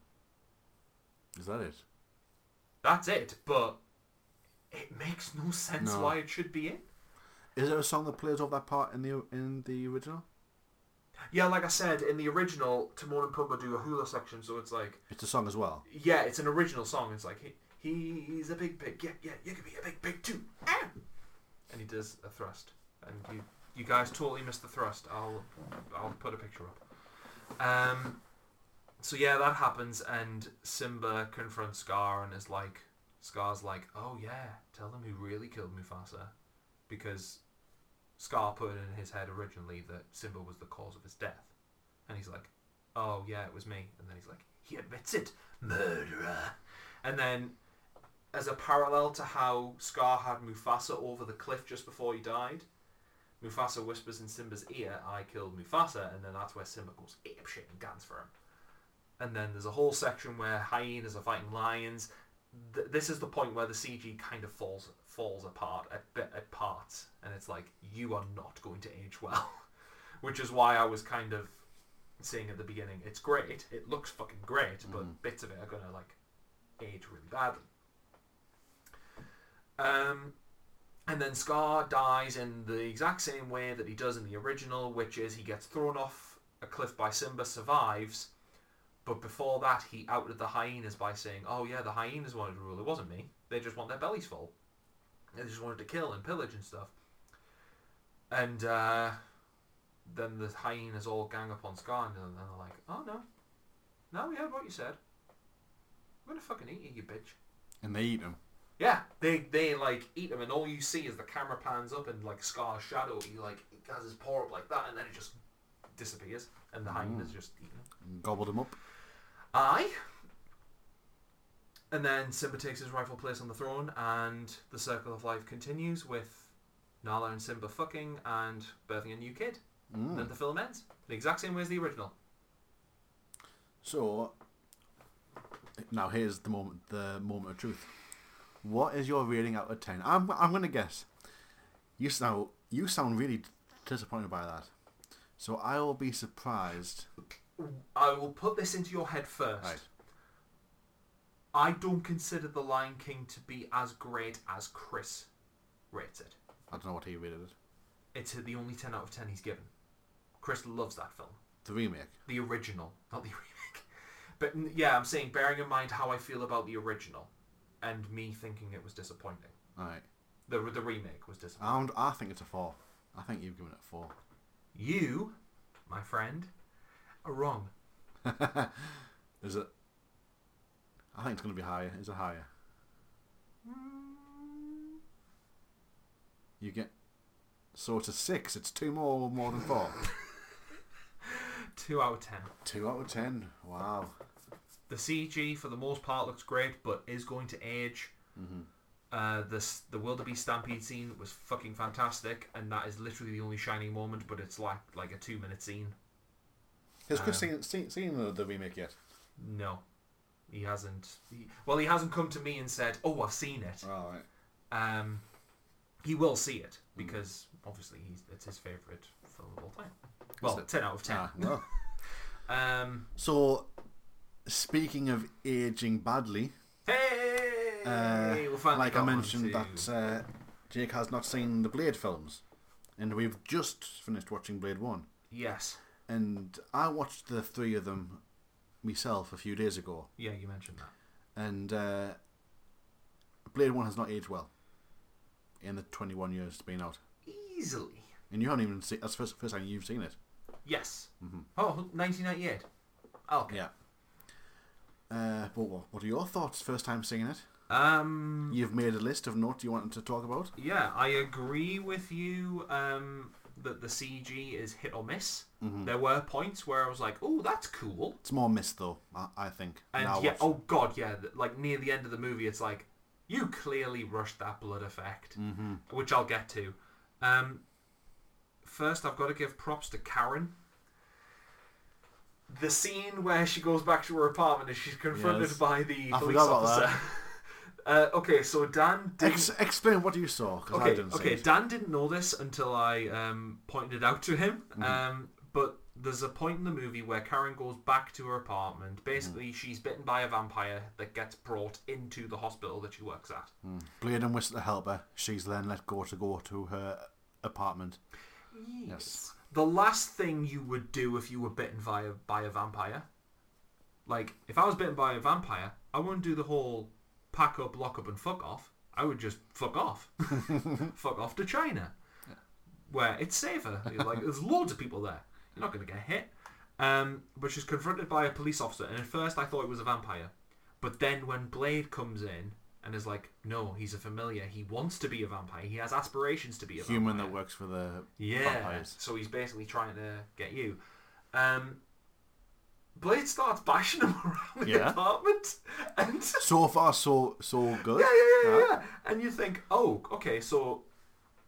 B: Is that it?
A: That's it, but it makes no sense
B: No.
A: why it should be in.
B: Is there a song that plays off that part in the in the original?
A: Yeah, like I said, in the original, Timon and Pumbaa do a hula section, so it's like,
B: It's a song as well.
A: yeah, it's an original song. It's like he, he's a big pig. Yeah, yeah, you can be a big pig too. Ah! And he does a thrust, and you you guys totally missed the thrust. I'll I'll put a picture up. Um, so yeah, that happens, and Simba confronts Scar and is like, Scar's like, oh yeah, tell them who really killed Mufasa, because Scar put it in his head originally that Simba was the cause of his death, and he's like, oh yeah, it was me, and then he's like, he admits it, murderer, and then as a parallel to how Scar had Mufasa over the cliff just before he died, Mufasa whispers in Simba's ear, I killed Mufasa, and then that's where Simba goes apeshit and guns for him. And then there's a whole section where hyenas are fighting lions. Th- this is the point where the CG kind of falls falls apart at, bit- at parts, and it's like, you are not going to age well. Which is why I was kind of saying at the beginning, it's great, it looks fucking great, but bits of it are going to like age really badly. Um, and then Scar dies in the exact same way that he does in the original, which is he gets thrown off a cliff by Simba, survives, but before that he outed the hyenas by saying, "Oh yeah, the hyenas wanted to rule. It wasn't me. They just want their bellies full. They just wanted to kill and pillage and stuff." And uh, then the hyenas all gang up on Scar, and then they're like, "Oh no, no, we heard what you said. I'm gonna fucking eat you, you bitch."
B: And they eat him.
A: Yeah, they they like eat him, and all you see is the camera pans up and like Scar's shadow. He like has his paw up like that, and then it just disappears, and the hyena's just eaten.
B: And gobbled him up.
A: Aye. And then Simba takes his rightful place on the throne, and the circle of life continues with Nala and Simba fucking and birthing a new kid. And then the film ends the exact same way as the original.
B: So now here's the moment the moment of truth. What is your rating out of ten? I'm I'm gonna guess. You sound you sound really disappointed by that. So I will be surprised.
A: I will put this into your head first.
B: Right.
A: I don't consider The Lion King to be as great as Chris rates it.
B: I don't know what he rated it.
A: It's the only 10 out of 10 he's given. Chris loves that film.
B: The remake.
A: The original, not the remake. But n- yeah, I'm saying, bearing in mind how I feel about the original and me thinking it was disappointing.
B: Alright.
A: The, the remake was disappointing.
B: And I think it's a four. I think you've given it a four.
A: You, my friend, are wrong.
B: Is it I think it's gonna be higher. Is it higher? You get so it's a six, it's two more more than four.
A: 2 out of 10.
B: two out of ten. Wow.
A: The CG, for the most part, looks great, but is going to age.
B: Mm-hmm.
A: Uh, the s- the wildebeest stampede scene was fucking fantastic, and that is literally the only shining moment. But it's like like a two minute scene.
B: Has Chris
A: Um,
B: seen, seen, seen the, the remake yet?
A: No, he hasn't. He, well, he hasn't come to me and said, "Oh, I've seen it."
B: All right.
A: Um, he will see it
B: Mm.
A: because obviously he's, it's his favorite film of all time. Well,
B: it?
A: ten out of ten.
B: Ah, well.
A: Um,
B: so, speaking of aging badly,
A: hey,
B: uh,
A: we finally
B: like
A: got
B: I
A: one
B: mentioned,
A: to-
B: that uh, Jake has not seen the Blade films, and we've just finished watching Blade One.
A: Yes.
B: And I watched the three of them myself a few days ago,
A: Yeah, you mentioned that.
B: and uh, Blade One has not aged well in the 21 years it's been out.
A: Easily.
B: And you haven't even seen that's the first, first time you've seen it.
A: Yes. Oh, 1998. Okay.
B: Yeah. Uh, but what, what are your thoughts first time seeing it?
A: Um.
B: You've made a list of notes you wanted to talk about.
A: Yeah, I agree with you um, that the CG is hit or miss. There were points where I was like, "Oh, that's cool,"
B: It's more missed though, I, I think.
A: and
B: now
A: yeah,
B: watching.
A: oh god, yeah, th- like near the end of the movie, it's like you clearly rushed that blood effect, mm-hmm. which I'll get to. Um, first, I've got to give props to Karen. The scene where she goes back to her apartment and she's confronted
B: Yes.
A: by the
B: I
A: police
B: forgot about
A: officer. uh, okay, so Dan did
B: Ex- explain what you saw because I
A: Okay,
B: didn't
A: okay.
B: see it.
A: Dan didn't know this until I um, pointed it out to him.
B: Mm-hmm.
A: Um, but there's a point in the movie where Karen goes back to her
B: Mm-hmm.
A: apartment. Basically, she's bitten by a vampire that gets brought into the hospital that she works at.
B: Blade and Whistler help her. She's then let go to go to her apartment.
A: Oh
B: Yes.
A: The last thing you would do if you were bitten by a, by a vampire, like if I was bitten by a vampire, I wouldn't do the whole pack up, lock up, and fuck off. I would just fuck off, fuck off to China, where it's safer. Like there's loads of people there. You're not going to get hit. Um, but she's confronted by a police officer, and at first I thought it was a vampire, but then when Blade comes in and is like, no, he's a familiar. He wants to be a vampire. He has aspirations to be a
B: Human
A: vampire.
B: that works for the
A: Yeah.
B: vampires.
A: So he's basically trying to get you. Um, Blade starts bashing him around the
B: Yeah.
A: apartment, and
B: So far, so so good.
A: yeah, yeah, yeah,
B: That-
A: yeah, yeah. And you think, oh, okay, so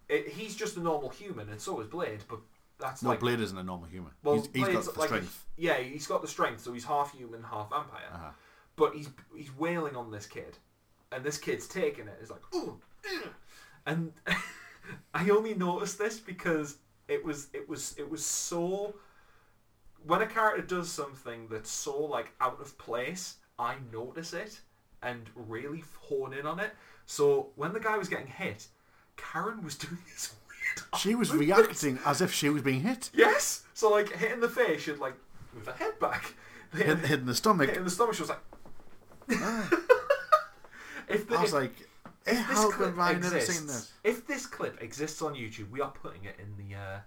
A: it, he's just a normal human, and so is Blade, but that's
B: No,
A: like
B: Blade isn't a normal human.
A: well,
B: he's, he's got
A: Blade's
B: the
A: like
B: strength.
A: yeah, he's got the strength, so he's half human, half vampire.
B: Uh-huh.
A: But he's he's wailing on this kid, and this kid's taking it. It's like, ooh, ugh." and I only noticed this because it was it was it was so. When a character does something that's so like out of place, I notice it and really hone in on it. So when the guy was getting hit, Karen was doing this weird.
B: She was reacting as if she was being hit.
A: Yes. So like hitting the face, she'd like move her head back.
B: Hit, hit in the stomach.
A: Hitting the stomach, she was like. if the,
B: Ah. I was
A: if-
B: like, eh,
A: this
B: how
A: clip
B: come I've never
A: exists,
B: seen this?
A: If this clip exists on YouTube, we are putting it in the uh,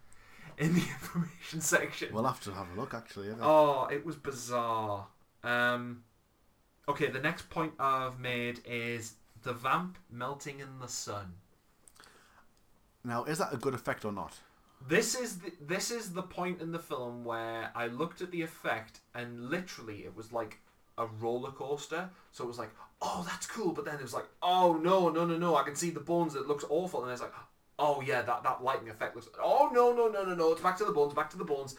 A: in the information section.
B: We'll have to have a look, actually. yeah.
A: Oh, it was bizarre. Um, okay, the next point I've made is the vamp melting in the sun.
B: Now, is that a good effect or not?
A: This is the, this is the point in the film where I looked at the effect and literally it was like a roller coaster. So it was like, oh, that's cool, but then it was like, oh no, no, no, no, I can see the bones. It looks awful, and it's like, oh yeah, that that lightning effect looks. Oh no, no, no, no, no, it's back to the bones, back to the bones.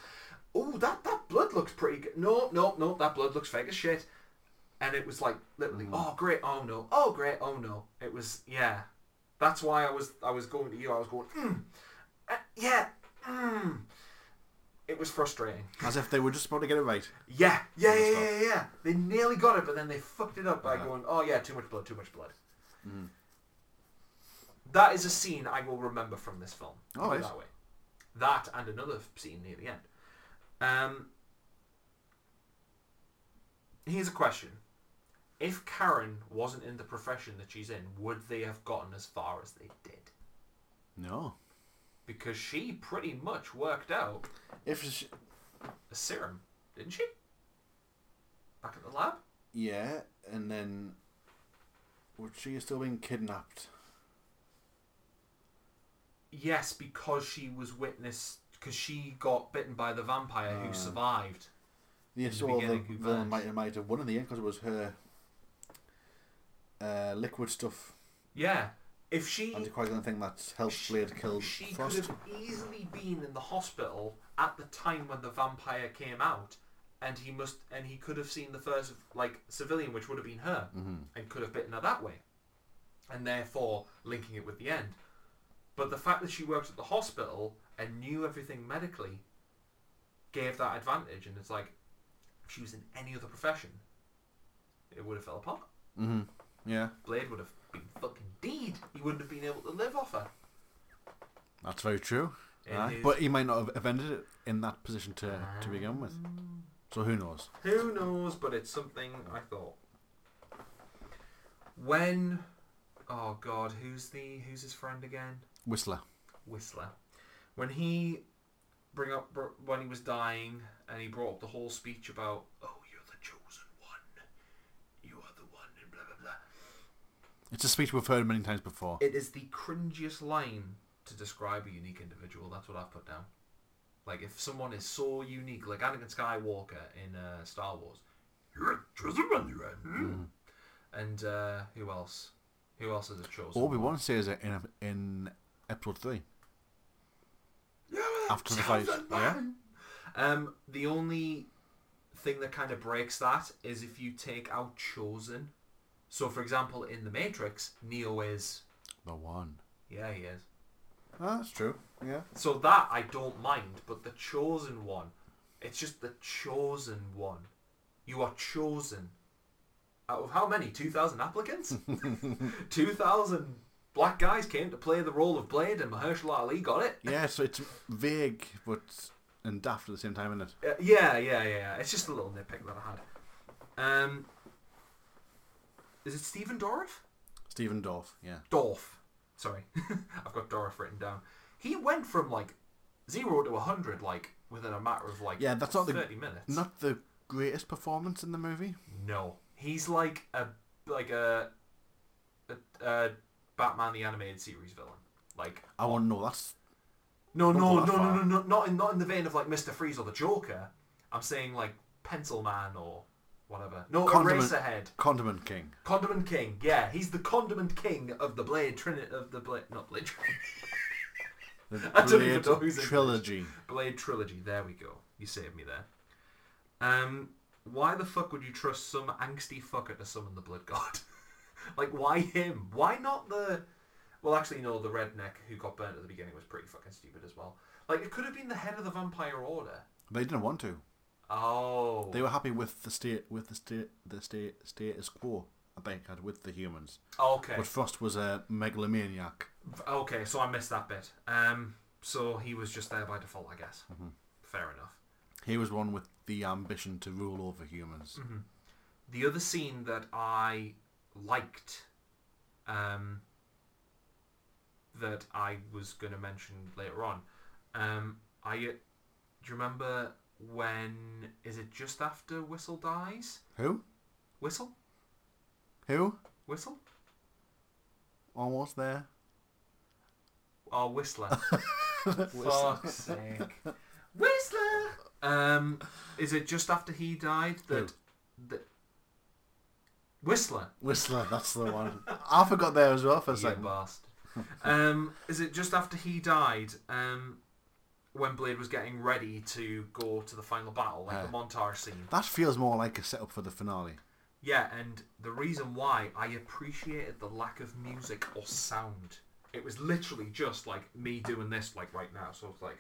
A: Oh, that that blood looks pretty good. No, no, no, that blood looks fake as shit. And it was like literally, oh great, oh no, oh great, oh no. It was yeah. That's why I was I was going to you. I was going, mm, uh, yeah, mm. It was frustrating.
B: As if they were just about to get it right.
A: Yeah, yeah, yeah,
B: Other
A: yeah,
B: stuff.
A: yeah, yeah. They nearly got it, but then they fucked it up by
B: Yeah.
A: going, "Oh yeah, too much blood, too much blood." Mm-hmm. That is a scene I will remember from this film.
B: Oh,
A: Put it
B: yes.
A: that way. That and another f- scene near the end. Um, here's a question: If Karen wasn't in the profession that she's in, would they have gotten as far as they did?
B: No.
A: Because she pretty much worked out
B: If sh
A: a serum, didn't she? Back at the lab.
B: yeah, and then would she have still been kidnapped?
A: Yes, because she was witness. Because she got bitten by the vampire who survived.
B: Yeah,
A: the
B: so the
A: beginning, who burns.
B: villain might, might have won in the end because it was her uh, liquid stuff
A: Yeah, if she
B: and the coagulant thing that helped Blade kill
A: she could
B: Frost.
A: have easily been in the hospital at the time when the vampire came out, and he must and he could have seen the first like civilian, which would have been her, and could have bitten her that way, and therefore linking it with the end. But the fact that she worked at the hospital and knew everything medically gave that advantage, and it's like if she was in any other profession, it would have fell apart.
B: hmm Yeah,
A: Blade would have been fucking deed. He wouldn't have been able to live off her.
B: that's very true.
A: It
B: Aye.
A: is-
B: But he might not have offended it in that position to, to begin with.
A: Ah.
B: So who knows?
A: Who knows, but it's something I thought. When oh god, who's the who's his friend again?
B: Whistler.
A: Whistler. When he bring up br- when he was dying and he brought up the whole speech about oh you're the chosen one. You are the one and blah blah blah.
B: It's a speech we've heard many times before.
A: It is the cringiest line to describe a unique individual. That's what I've put down. Like if someone is so unique, like Anakin Skywalker in uh, Star Wars, you're a chosen one, you're a- And uh, who else? Who else is a chosen?
B: Obi
A: one?
B: Wan says it in in episode three.
A: You're a
B: After the fight,
A: chosen
B: yeah.
A: one! Um, the only thing that kind of breaks that is if you take out chosen. So, for example, in the Matrix, Neo is
B: The one.
A: yeah, he is.
B: Ah, that's true. Yeah.
A: So that I don't mind, but the chosen one, it's just the chosen one. You are chosen. Out of how many? 2,000 applicants? 2,000 black guys came to play the role of Blade and Mahershala Ali got it?
B: Yeah. So it's vague, but and daft at the same time, isn't it?
A: Uh, yeah, yeah, yeah. It's just a little nitpick that I had. Um, is it Stephen Dorff?
B: Stephen Dorff. Yeah.
A: Dorff. Sorry. I've got Dorff written down. He went from like 0 to 100 like within a matter of like
B: Yeah. That's not
A: 30
B: the
A: minutes.
B: not the greatest performance in the movie.
A: No, he's like a like a a, a Batman the animated series villain. Like
B: I want to know. That's
A: no,
B: Don't
A: no,
B: go
A: no,
B: that
A: no, no,
B: far.
A: no, not in not in the vein of like Mister Freeze or the Joker. I'm saying like Pencil Man or whatever. No,
B: Condiment.
A: Eraserhead,
B: Condiment King.
A: Condiment King. Yeah, he's the Condiment King of the Blade Trinity of the Blade, not Blade, Trin-
B: The
A: I don't even
B: Blade
A: know who's in it.
B: trilogy.
A: Blade trilogy. There we go. You saved me there. Um, why the fuck would you trust some angsty fucker to summon the Blood God? like, why him? Why not the? Well, actually, no. The redneck who got burnt at the beginning was pretty fucking stupid as well. Like, it could have been the head of the Vampire Order.
B: They didn't want to.
A: Oh.
B: They were happy with the state, with the state, the state, status quo. I think had with the humans.
A: okay.
B: But Frost was a megalomaniac.
A: Okay, so I missed that bit. Um, so he was just there by default, I guess.
B: Mm-hmm.
A: Fair enough.
B: He was one with the ambition to rule over humans.
A: The other scene that I liked, um, that I was going to mention later on, um, I do you remember when? Is it just after Whistle dies?
B: Who?
A: Whistle,
B: Who?
A: Whistle,
B: Almost there.
A: or Oh, Whistler? Fuck's sake, Whistler! Um, is it just after he died that the Whistler?
B: Whistler, that's the one. I forgot there as well for a
A: You
B: second.
A: bastard. um, is it just after he died, um, when Blade was getting ready to go to the final battle, like the
B: Yeah.
A: montage scene?
B: That feels more like a setup for the finale.
A: Yeah, and the reason why I appreciated the lack of music or sound. It was literally just like me doing this, like right now. So it's like,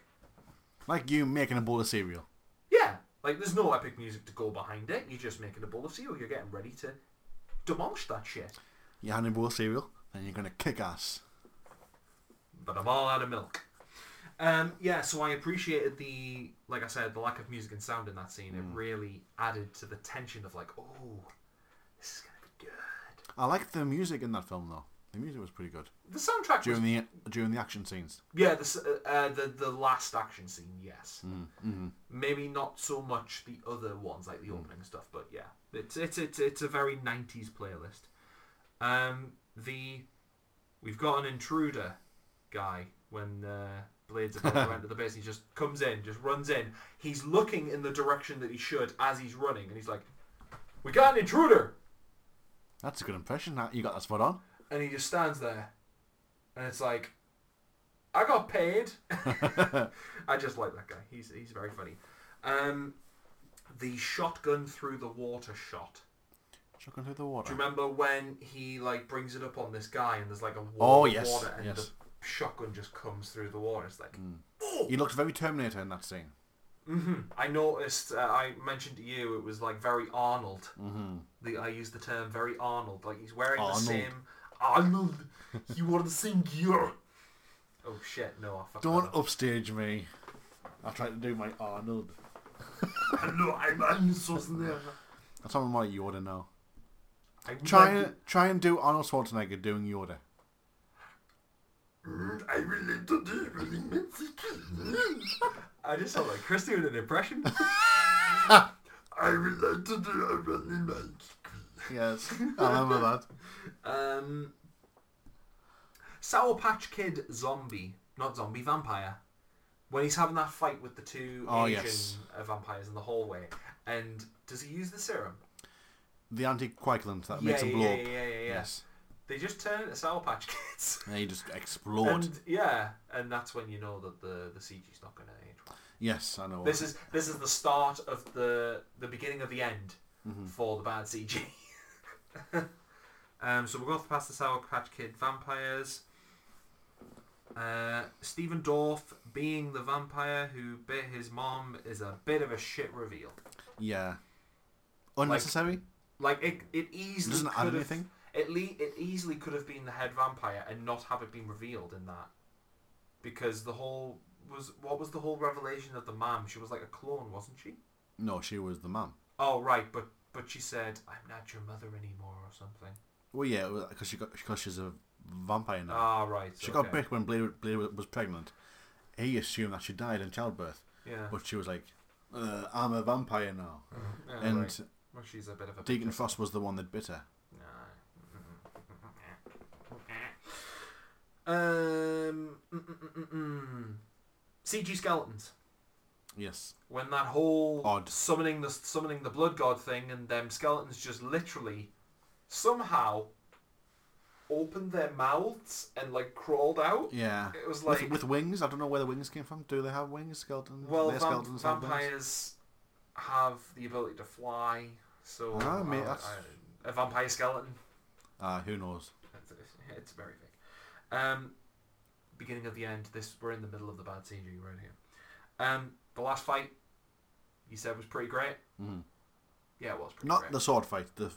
B: Like you making a bowl of cereal.
A: yeah, like there's no epic music to go behind it. You're just making a bowl of cereal. You're getting ready to demolish that shit.
B: You're having a bowl of cereal, then you're going to kick ass.
A: but I'm all out of milk. Um, yeah, so I appreciated the, like I said, the lack of music and sound in that scene. It really added to the tension of like, oh, this is gonna be good.
B: I like the music in that film though. The music was pretty good
A: The soundtrack was,
B: during the during the action scenes.
A: yeah, the, s- uh, uh, the the last action scene, yes. Maybe not so much the other ones like the opening stuff, but yeah, it's it's it's it's a very '90s playlist. Um, the we've got an intruder guy when uh, Blade's about to enter the base. He just comes in, just runs in. He's looking in the direction that he should as he's running, and he's like, "We got an intruder!"
B: That's a good impression. That you got that spot on.
A: And he just stands there, and it's like, "I got paid." I just like that guy. He's he's very funny. Um, the shotgun through the water shot.
B: Chucking through the
A: Do
B: water.
A: you remember when he like brings it up on this guy and there's like a wall
B: Oh,
A: of
B: yes,
A: water and
B: yes.
A: the shotgun just comes through the water? It's like,
B: He looked very Terminator in that scene.
A: hmm I noticed. Uh, I mentioned to you it was like very Arnold. Mm-hmm. The I used the term very Arnold. Like he's wearing
B: Arnold.
A: the same Arnold. he wore the same gear. Oh shit! No, I fucked that
B: Don't
A: up.
B: upstage me. Uh, I tried to do my Arnold.
A: Hello, I'm Arnold Schwarzenegger.
B: That's something like Yoda now.
A: I would
B: Try
A: like
B: and try and do Arnold Schwarzenegger doing Yoda.
A: I relate to the running Mexican. I just sound like Christy with an impression. I relate to the running Mexican.
B: Yes, I remember that.
A: Um, Sour Patch Kid zombie, not zombie vampire. When he's having that fight with the two
B: Oh,
A: Asian
B: yes.
A: uh, vampires in the hallway, and does he use the serum?
B: The anticoagulant that
A: yeah,
B: makes him
A: yeah,
B: blow
A: yeah,
B: up.
A: yeah, yeah, yeah.
B: Yes,
A: They just turn into Sour Patch Kids.
B: and he just explode.
A: And yeah, and that's when you know that the the CG's not going to age well.
B: yes, I know.
A: This is this is the start of the the beginning of the end
B: Mm-hmm.
A: for the bad CG. um, so we'll go past the Sour Patch Kid vampires. Uh, Stephen Dorff being the vampire who bit his mom is a bit of a shit reveal.
B: yeah, unnecessary.
A: Like it, it easily
B: Doesn't it add
A: could have-
B: anything?
A: It le- it easily could have been the head vampire and not have it been revealed in that, because the whole was what was the whole revelation of the mom? She was like a clone, wasn't she?
B: no, she was the mum.
A: Oh right, but but she said I'm not your mother anymore or something.
B: Well, yeah, because she got because she's a vampire now.
A: Ah right,
B: she
A: okay.
B: got bit when Blade, Blade was pregnant. He assumed that she died in childbirth,
A: Yeah,
B: but she was like, uh, "I'm a vampire now."
A: Ah, yeah,
B: and
A: right. well, she's a bit of a
B: Deacon
A: bitch.
B: Frost was the one that bit her.
A: Nah. Mm-hmm. Um, mm, mm, mm, mm, mm. CG skeletons.
B: Yes.
A: When that whole
B: Odd.
A: summoning the summoning the blood god thing and them skeletons just literally somehow opened their mouths and like crawled out.
B: Yeah.
A: It was like
B: with, with wings. I don't know where the wings came from. Do they have wings? Skeletons.
A: well,
B: their
A: vamp-
B: skeletons have wings?
A: vampires have the ability to fly, so
B: Ah, mate,
A: I-
B: that's-
A: I- a vampire skeleton.
B: Ah, who knows?
A: It's, it's very vague. Um, beginning of the end. This we're in the middle of the bad CG right here. Um, the last fight you said was pretty great.
B: Mm.
A: Yeah, it was pretty
B: Not
A: great.
B: the sword fight. The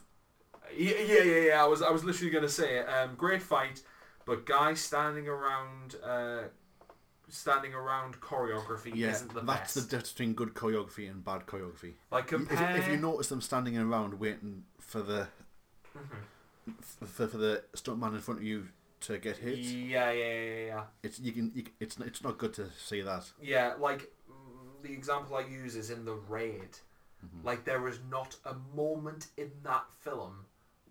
A: Yeah, yeah, yeah, yeah. I was, I was literally going to say, it. um, great fight, but guys standing around, uh, standing around choreography
B: yeah.
A: isn't the
B: that's
A: best.
B: the difference between good choreography and bad choreography.
A: like
B: If-
A: compare.
B: If, if you notice them standing around waiting for the
A: Mhm.
B: for, for the stuntman in front of you to get hit,
A: Yeah, yeah, yeah, yeah, yeah.
B: it's you can you, can- it's it's not good to see that.
A: Yeah, like mm, the example I use is in the raid.
B: Mm-hmm.
A: Like there is not a moment in that film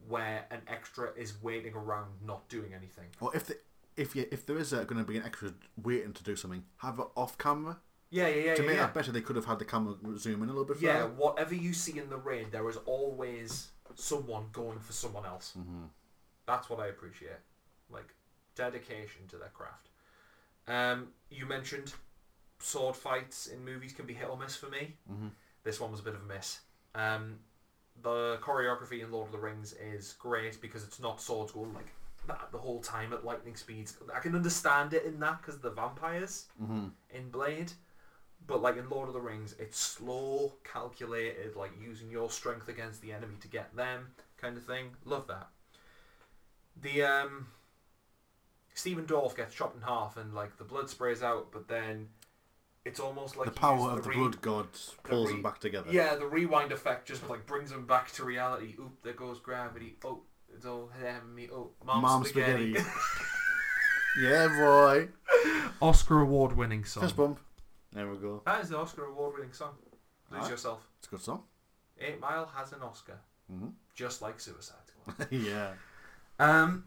A: where an extra is waiting around not doing anything.
B: Or if the, if you if there is going to be an extra waiting to do something, have it off camera.
A: Yeah, yeah, yeah.
B: to
A: yeah,
B: make
A: yeah.
B: that better, they could have had the camera zoom in a little bit. For
A: Yeah,
B: that.
A: whatever you see in the raid, there is always someone going for someone else. That's what I appreciate. Like, dedication to their craft. Um, you mentioned sword fights in movies can be hit or miss for me. Mm-hmm. This one was a bit of a miss. Um, the choreography in Lord of the Rings is great because it's not swords going like that the whole time at lightning speeds. I can understand it in that because the vampires
B: Mm-hmm.
A: in Blade. But like in Lord of the Rings, it's slow, calculated, like using your strength against the enemy to get them, kind of thing. Love that. The um, Stephen Dorff gets chopped in half, and like the blood sprays out, but then it's almost like
B: the
A: he
B: power
A: used
B: of the
A: re-
B: blood god pulls them
A: re-
B: back together.
A: Yeah, the rewind effect just like brings them back to reality. Oop, there goes gravity. Oh, it's all hitting me. Oh, mom,
B: Mom
A: spaghetti.
B: spaghetti. yeah, boy.
A: Oscar award-winning song.
B: Fist bump. There we go.
A: That is the Oscar award-winning song. Lose
B: Alright.
A: yourself.
B: It's a good song.
A: Eight Mile has an Oscar,
B: Mhm.
A: just like Suicide Squad.
B: yeah.
A: um,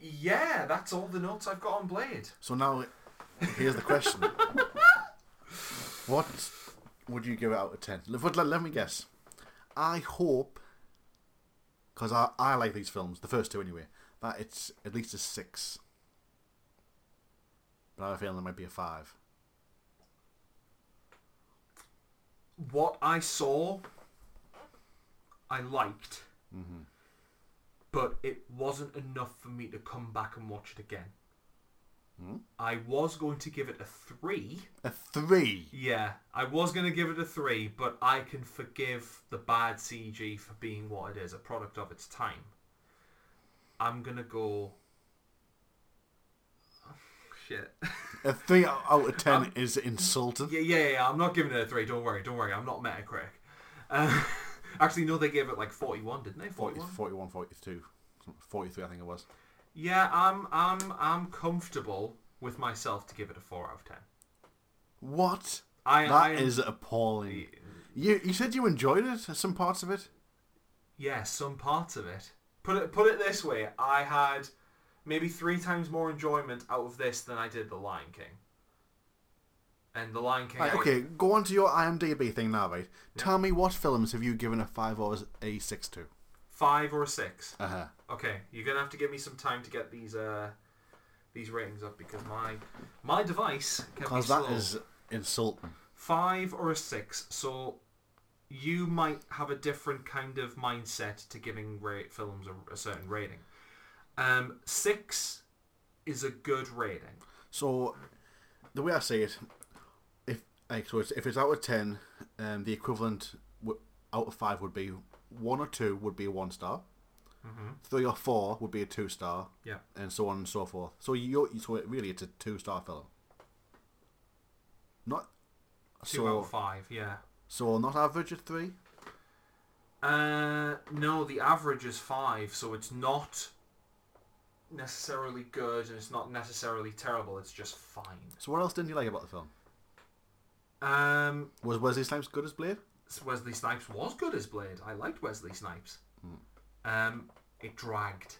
A: yeah, that's all the notes I've got on Blade.
B: So now, here's the question: What would you give it out of ten? Let, let, let me guess. I hope, because I, I like these films, the first two anyway, that it's at least a six. But I have a feeling it might be a five.
A: What I saw, I liked, but it wasn't enough for me to come back and watch it again. I was going to give it a three.
B: A three.
A: Yeah, I was going to give it a three, but I can forgive the bad CG for being what it is, a product of its time. I'm going to go. oh, Shit.
B: A three out out of ten is insulting.
A: Um, yeah, yeah, yeah, I'm not giving it a three. Don't worry, don't worry. I'm not Metacritic. Uh, actually, no, they gave it like 41, didn't they?
B: 40,
A: 41?
B: 41, 42, 43 I think it was.
A: Yeah, I'm, I'm, I'm comfortable with myself to give it a 4 out of 10.
B: What?
A: I, I
B: That
A: am-
B: is appalling. You you said you enjoyed it, some parts of it.
A: Yeah, some parts of it. Put it put it this way, I had maybe three times more enjoyment out of this than I did The Lion King. And The Lion King.
B: Right,
A: I-
B: okay, go on to your IMDb thing now, right? Tell me what films have you given a five or a six to?
A: Five or a six.
B: Uh huh.
A: Okay, you're gonna have to give me some time to get these uh these ratings up because my my device can be
B: Because
A: slow.
B: that is insulting.
A: Five or a six, so you might have a different kind of mindset to giving rate films a, a certain rating. Um, six is a good rating.
B: So the way I say it, if like so, it's, if it's out of ten, um, the equivalent w- out of five would be one or two would be a one star,
A: Mm-hmm.
B: three or four would be a two star,
A: Yeah.
B: and so on and so forth. So you so it, really it's a two star film. Not
A: Two
B: so
A: out of five, yeah.
B: so not average at three.
A: Uh, no, the average is five, so it's not necessarily good and it's not necessarily terrible. It's just fine.
B: So what else didn't you like about the film?
A: Um,
B: Was Wesley Snipes good as Blade?
A: so Wesley Snipes was good as Blade. I liked Wesley Snipes. Um, it dragged.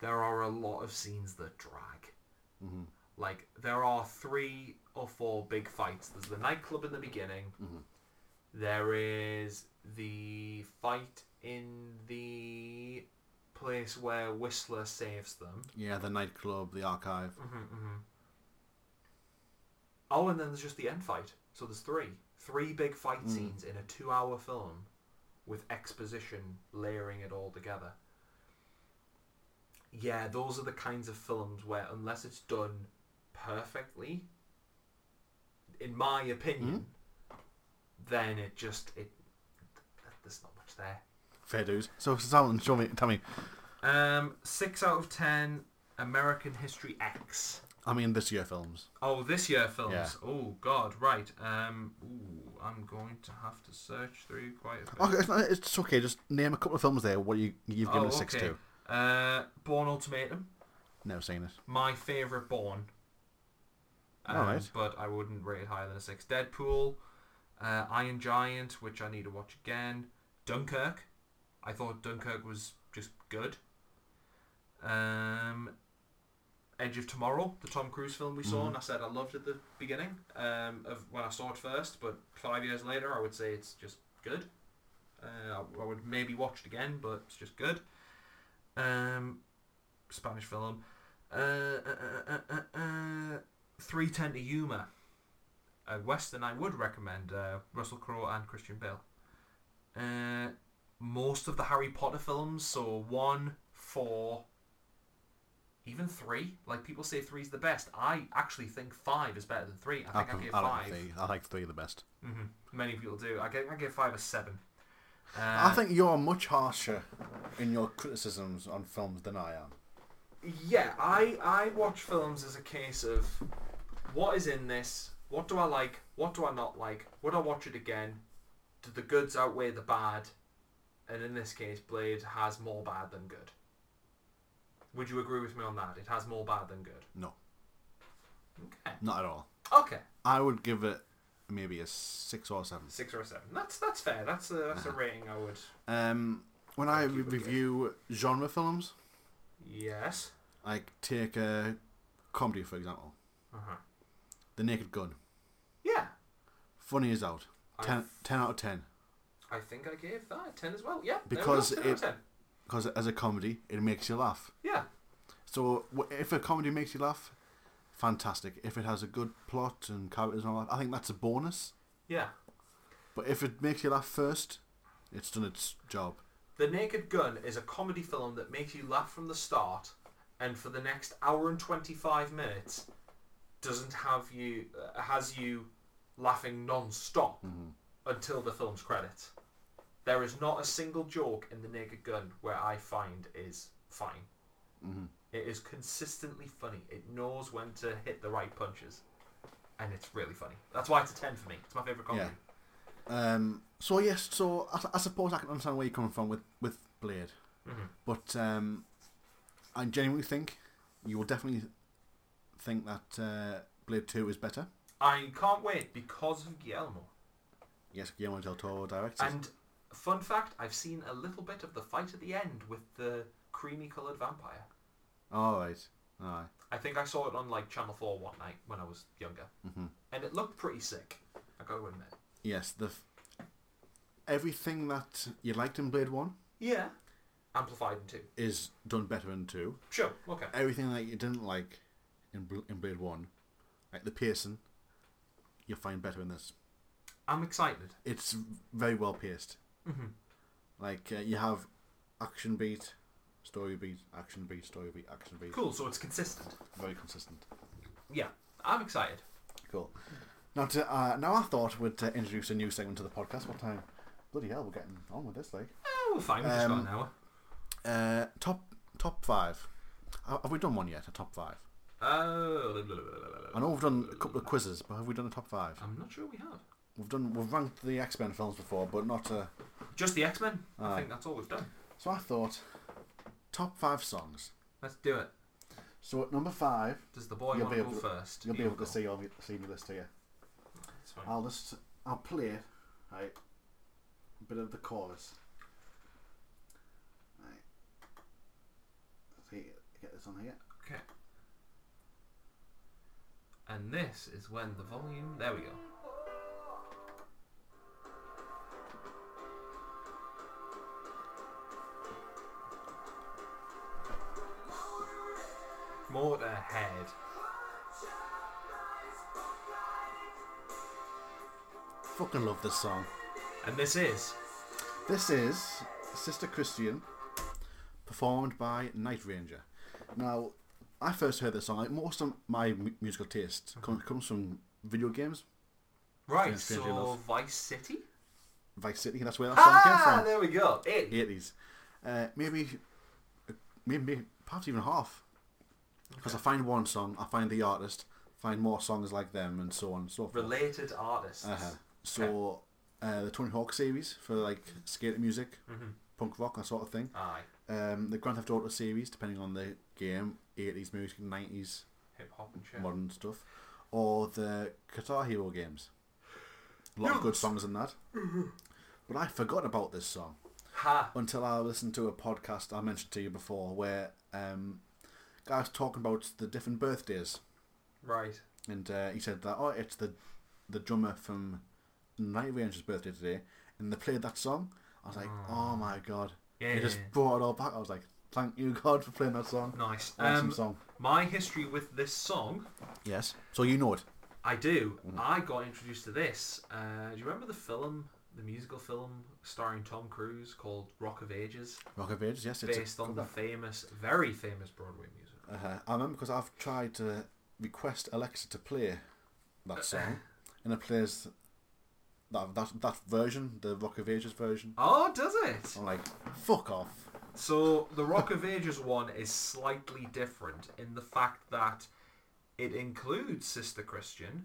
A: There are a lot of scenes that drag.
B: Mhm.
A: Like there are three or four big fights. There's the nightclub in the beginning.
B: Mhm.
A: There is the fight in the place where Whistler saves them.
B: Yeah, the nightclub, the archive.
A: hmm hmm Oh, and then there's just the end fight. So there's three, three big fight
B: Mm.
A: scenes in a two-hour film, with exposition layering it all together. Yeah, those are the kinds of films where, unless it's done perfectly, in my opinion, then it just it there's not much there.
B: Fair dues. So someone show me, tell me.
A: Um, six out of ten. American History X.
B: I mean, this year films.
A: Oh, this year films.
B: Yeah.
A: Oh God, right. Um, ooh, I'm going to have to search through quite a bit.
B: Oh, it's, not- it's okay. Just name a couple of films there. What you you've given
A: Oh,
B: a six
A: okay.
B: to?
A: Uh, Born Ultimatum,
B: Never seen it.
A: my favorite Born. Um,
B: Alright.
A: But I wouldn't rate it higher than a six. Deadpool, uh, Iron Giant, which I need to watch again. Dunkirk, I thought Dunkirk was just good. Um, Edge of Tomorrow, the Tom Cruise film we saw, and I said I loved at the beginning um, of when I saw it first, but five years later, I would say it's just good. Uh, I- I would maybe watch it again, but it's just good. Um, Spanish film. Uh, uh, uh, uh, uh, uh, 310 to Yuma. A Western I would recommend. Uh, Russell Crowe and Christian Bale. Uh, most of the Harry Potter films, so one, four, even three. Like people say three's the best. I actually think five is better than three. I think I,
B: pref-
A: gave
B: I
A: five.
B: like three. I like three the best.
A: hmm Many people do. I gave, I gave five a seven. Uh,
B: I think you're much harsher in your criticisms on films than I am.
A: Yeah, I I watch films as a case of what is in this, what do I like, what do I not like, would I watch it again? Do the goods outweigh the bad? And in this case, Blade has more bad than good. Would you agree with me on that? It has more bad than good.
B: No,
A: Okay.
B: not at all.
A: Okay.
B: I would give it maybe a six or a seven.
A: Six or a seven. That's that's fair. That's a that's a
B: Uh-huh.
A: rating I would.
B: Um, when I
A: Thank you, okay.
B: review genre films,
A: Yes.
B: like take a comedy for example,
A: Uh
B: Uh-huh.
A: huh.
B: The Naked Gun,
A: Yeah.
B: funny as out,
A: I-
B: 10, 10 out of ten
A: I think I gave that a ten as well. Yeah. there we go,
B: Because
A: 10 out of
B: it-
A: 10.
B: because as a comedy it makes you laugh.
A: Yeah.
B: So w- if a comedy makes you laugh, fantastic. If it has a good plot and characters and all that, I think that's a bonus.
A: Yeah.
B: But if it makes you laugh first, it's done its job.
A: The Naked Gun is a comedy film that makes you laugh from the start, and for the next hour and twenty-five minutes, doesn't have you uh, has you laughing non-stop until the film's credits. There is not a single joke in The Naked Gun where I find is fine. It is consistently funny. It knows when to hit the right punches, and it's really funny. That's why it's a ten for me. It's my favorite comedy.
B: Um, so yes, so I, I suppose I can understand where you're coming from with with Blade,
A: Mhm.
B: but um, I genuinely think you will definitely think that uh, Blade Two is better.
A: I can't wait because of Guillermo.
B: Yes, Guillermo del Toro directs it.
A: And fun fact, I've seen a little bit of the fight at the end with the creamy coloured vampire.
B: All right, all right.
A: I think I saw it on like Channel Four one night when I was younger,
B: Mhm.
A: and it looked pretty sick. I gotta admit.
B: Yes, the f- everything that you liked in Blade One
A: Yeah. Amplified in two.
B: is done better in two.
A: Sure. Okay.
B: Everything that you didn't like in Bl- in Blade One, like the Pearson, you'll find better in this.
A: I'm excited.
B: It's very well paced.
A: Mm-hmm.
B: Like uh, you have action beat, story beat, action beat, story beat, action beat.
A: Cool. So it's consistent.
B: Very consistent.
A: Yeah. I'm excited.
B: Cool. Now, to, uh, now I thought we'd uh, introduce a new segment to the podcast. What time? Bloody hell, we're getting on with this, like.
A: Eh, we're fine. We've just got
B: Um,
A: an hour.
B: Uh, top top five. Uh, Have we done one yet? A top five.
A: Oh.
B: I know we've done a couple of quizzes, but have we done a top five?
A: I'm not sure we have.
B: We've done we've ranked the X Men films before, but not. Uh,
A: Just the X Men. I
B: Aye.
A: think that's all we've done.
B: so I thought top five songs.
A: Let's do it.
B: So at number five,
A: Does the boy
B: You'll
A: want
B: be
A: to go
B: able to-
A: first?
B: you'll be
A: You
B: able to
A: go.
B: see all see me list here.
A: It's fine.
B: I'll just I'll play it. Right, a bit of the chorus. Right, see, get this on here.
A: Okay. And this is when the volume. There we go. Motorhead.
B: Fucking love this song.
A: And this is.
B: This is Sister Christian, performed by Night Ranger. Now, I first heard this song. Like most of my mu- musical taste com-
A: Mm-hmm.
B: comes from video games,
A: Right,
B: Yeah, strangely
A: so
B: enough.
A: Vice City?
B: Vice City. That's where that song
A: Ah,
B: came
A: there we go. It.
B: from. Eighties, uh, maybe, uh, maybe perhaps even half. Because I find one song, I find the artist, find more songs like them, and so on and so forth.
A: Related artists.
B: Uh-huh. So uh, the Tony Hawk series for like skater music,
A: Mm-hmm.
B: punk rock, that sort of thing.
A: Aye.
B: Um, the Grand Theft Auto series, depending on the game, eighties music, nineties
A: Hip hop and shit.
B: modern stuff, or the Guitar Hero games. A lot of good songs in that.
A: Mm-hmm.
B: But I forgot about this song
A: Ha!
B: until I listened to a podcast I mentioned to you before, where um, guy was talking about the different birthdays,
A: Right.
B: and uh, he said that oh, it's the the drummer from Night Ranger's birthday today, and they played that song. I was like, oh my god!
A: Ah. Yeah.
B: It just brought it all back. I was like, thank you God for playing that song.
A: Nice.
B: Awesome
A: Um,
B: song.
A: My history with this song,
B: Yes. So you know it.
A: I do.
B: Mm-hmm.
A: I got introduced to this. Uh, do you remember the film, the musical film starring Tom Cruise called Rock of Ages,
B: Rock of Ages, yes. It's a-
A: based on the famous, very famous Broadway musical?
B: Uh-huh. I remember because I've tried to request Alexa to play that song, and it plays that that that version, the Rock of Ages version.
A: Oh, does it?
B: I'm like, fuck off.
A: So the Rock of Ages one is slightly different in the fact that it includes Sister Christian,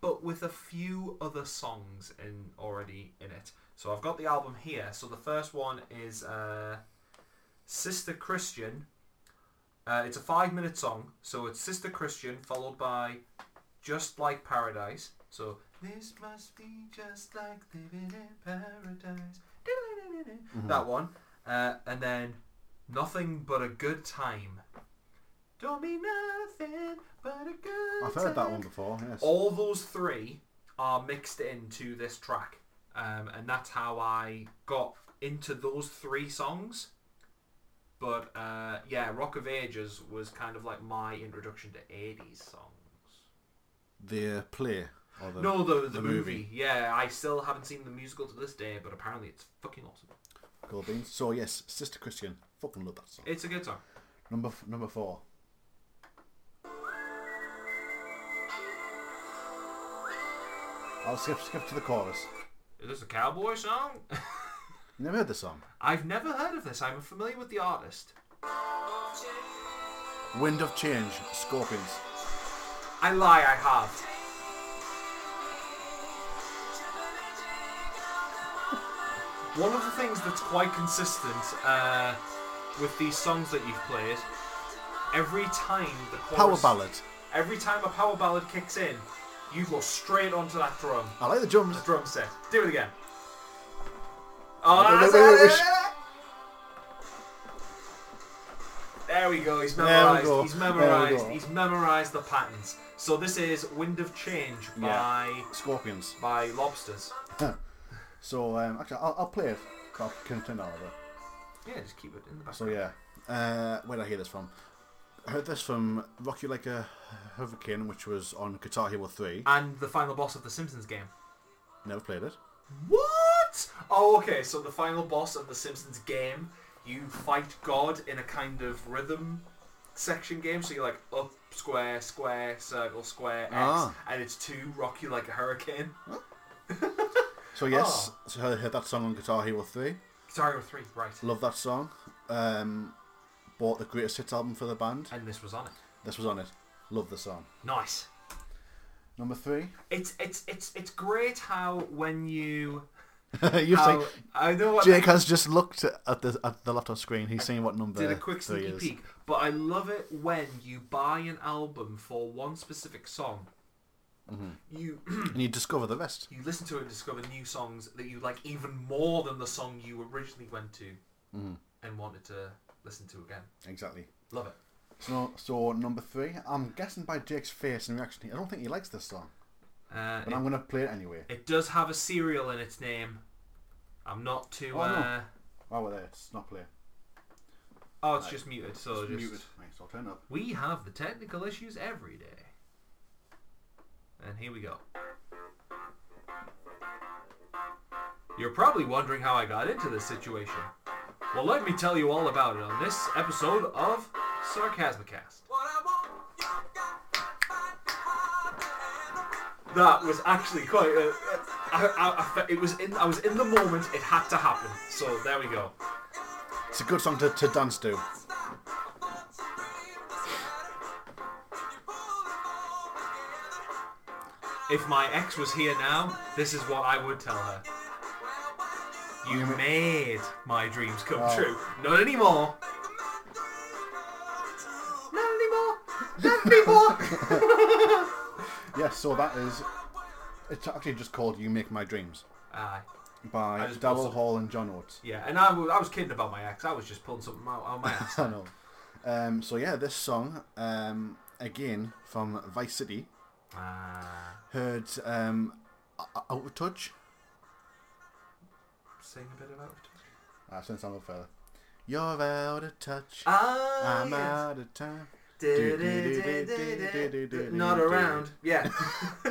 A: but with a few other songs in already in it. So I've got the album here. So the first one is uh, Sister Christian. Uh, it's a five-minute song, so it's Sister Christian followed by Just Like Paradise. So this must be just like living in paradise.
B: Mm-hmm.
A: That one, uh, and then nothing but a good time. Don't be nothing but a good.
B: I've heard that
A: time.
B: one before. Yes.
A: All those three are mixed into this track, um, and that's how I got into those three songs. But uh, yeah, Rock of Ages was kind of like my introduction to '80s songs.
B: The uh, play or the
A: No, the the,
B: the
A: movie.
B: movie.
A: Yeah, I still haven't seen the musical to this day, but apparently it's fucking awesome.
B: Gold Beans. So yes, Sister Christian, fucking love that song.
A: It's a good song.
B: Number f- number four. I'll skip skip to the chorus.
A: Is this a cowboy song?
B: You never heard the song.
A: I've never heard of this. I'm familiar with the artist.
B: Wind of Change, Scorpions.
A: I lie, I have. One of the things that's quite consistent uh, with these songs that you've played, every time the
B: Power
A: chorus,
B: ballad.
A: every time a power ballad kicks in, you go straight onto that drum,
B: I like the drums.
A: the drum set. Do it again. Oh,
B: Wait,
A: that's
B: wait, wait,
A: it.
B: wait.
A: There we go. He's
B: we
A: memorized.
B: go,
A: He's
B: there we
A: memorized.
B: go.
A: He's memorized the patterns. So this is "Wind of Change" by
B: Yeah. Scorpions.
A: by Lobsters.
B: So um, actually, I'll, I'll play it. I'll continue over.
A: Yeah, just keep it in the back.
B: So yeah, uh, where did I hear this from? I heard this from Rock You Like a Hurricane, which was on Guitar Hero 3.
A: And the final boss of the Simpsons game.
B: Never played it.
A: What? Oh, okay. So the final boss of the Simpsons game, you fight God in a kind of rhythm section game. So you're like up, square, square, circle, square, X,
B: Ah.
A: and it's two rocky like a hurricane.
B: So yes, so I heard that song on Guitar Hero 3.
A: Guitar Hero Three, right?
B: Love that song. Um, bought the Greatest Hits album for the band.
A: And this was on it.
B: This was on it. Love the song.
A: Nice.
B: Number three.
A: It's it's it's it's great how when you
B: you
A: how,
B: say
A: I know what
B: Jake has just looked at the at the laptop screen. He's seeing what number.
A: did a quick
B: three
A: sneaky
B: is.
A: peek, but I love it when you buy an album for one specific song.
B: Mm-hmm.
A: You
B: and you discover the rest.
A: you listen to it and discover new songs that you like even more than the
B: Mm.
A: song you originally went to and wanted to listen to again.
B: Exactly.
A: Love it.
B: So, so number three, I'm guessing by Jake's face and reaction, I don't think he likes this song,
A: Uh,
B: but
A: it,
B: I'm gonna play it anyway.
A: it does have a cereal in its name. I'm not too.
B: Oh, no.
A: uh,
B: Oh, well, there, it's not play.
A: oh it's
B: Right.
A: just muted. So
B: it's
A: just
B: muted. Right, so I'll turn it up.
A: we have the technical issues every day. And here we go. You're probably wondering how I got into this situation. Well, let me tell you all about it on this episode of Sarcasmicast. That was actually quite. A, I, I- I fe- it was in. I was in the moment. It had to happen. So there we go.
B: It's a good song to, to dance to.
A: If my ex was here now, this is what I would tell her. You made my dreams come
B: Oh.
A: true. Not anymore. Not anymore. Not anymore.
B: Yes, so that is. It's actually just called "You Make My Dreams"
A: Aye. I
B: by
A: just pulled
B: Darrell
A: some-
B: Hall and John Oates.
A: Ah, yeah, and I, w- I was kidding about my ex. I was just pulling something out, out my ass.
B: I know. Um, so yeah, this song um, again from Vice City.
A: Ah,
B: Heard um, O- O- out of touch.
A: sing a bit about it.
B: Ah, since I'm up further. You're out of touch.
A: Ah,
B: I'm
A: yes.
B: out of time.
A: Not around. Yeah.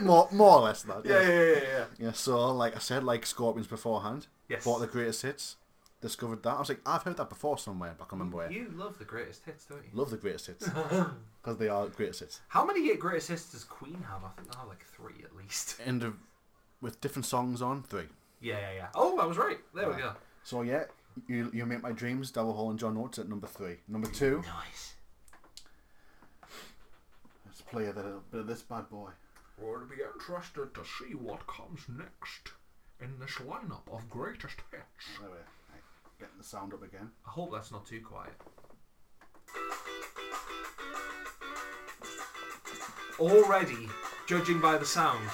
B: More, more or less that.
A: yeah,
B: Yeah.
A: yeah,
B: yeah.
A: yeah, yeah.
B: So like I said, like Scorpions beforehand.
A: Yes.
B: Bought the greatest hits. Discovered that. I was like, I've heard that before somewhere, but I can't remember where.
A: You love the greatest hits, don't you?
B: Love the greatest hits because they are greatest hits.
A: How many hit greatest hits does Queen have? I think I have like three at least.
B: And uh, with different songs on three.
A: Yeah, yeah, yeah. Oh, I was right. There we
B: Right.
A: go.
B: So yeah, you you make my dreams. Double Hall and John Oates at number three. Number two.
A: Nice.
B: Let's play a little bit of this bad boy.
A: We'll be interested to see what comes next in this lineup of greatest hits.
B: There we are. Right, Getting the sound up again.
A: I hope that's not too quiet. Already, judging by the sound,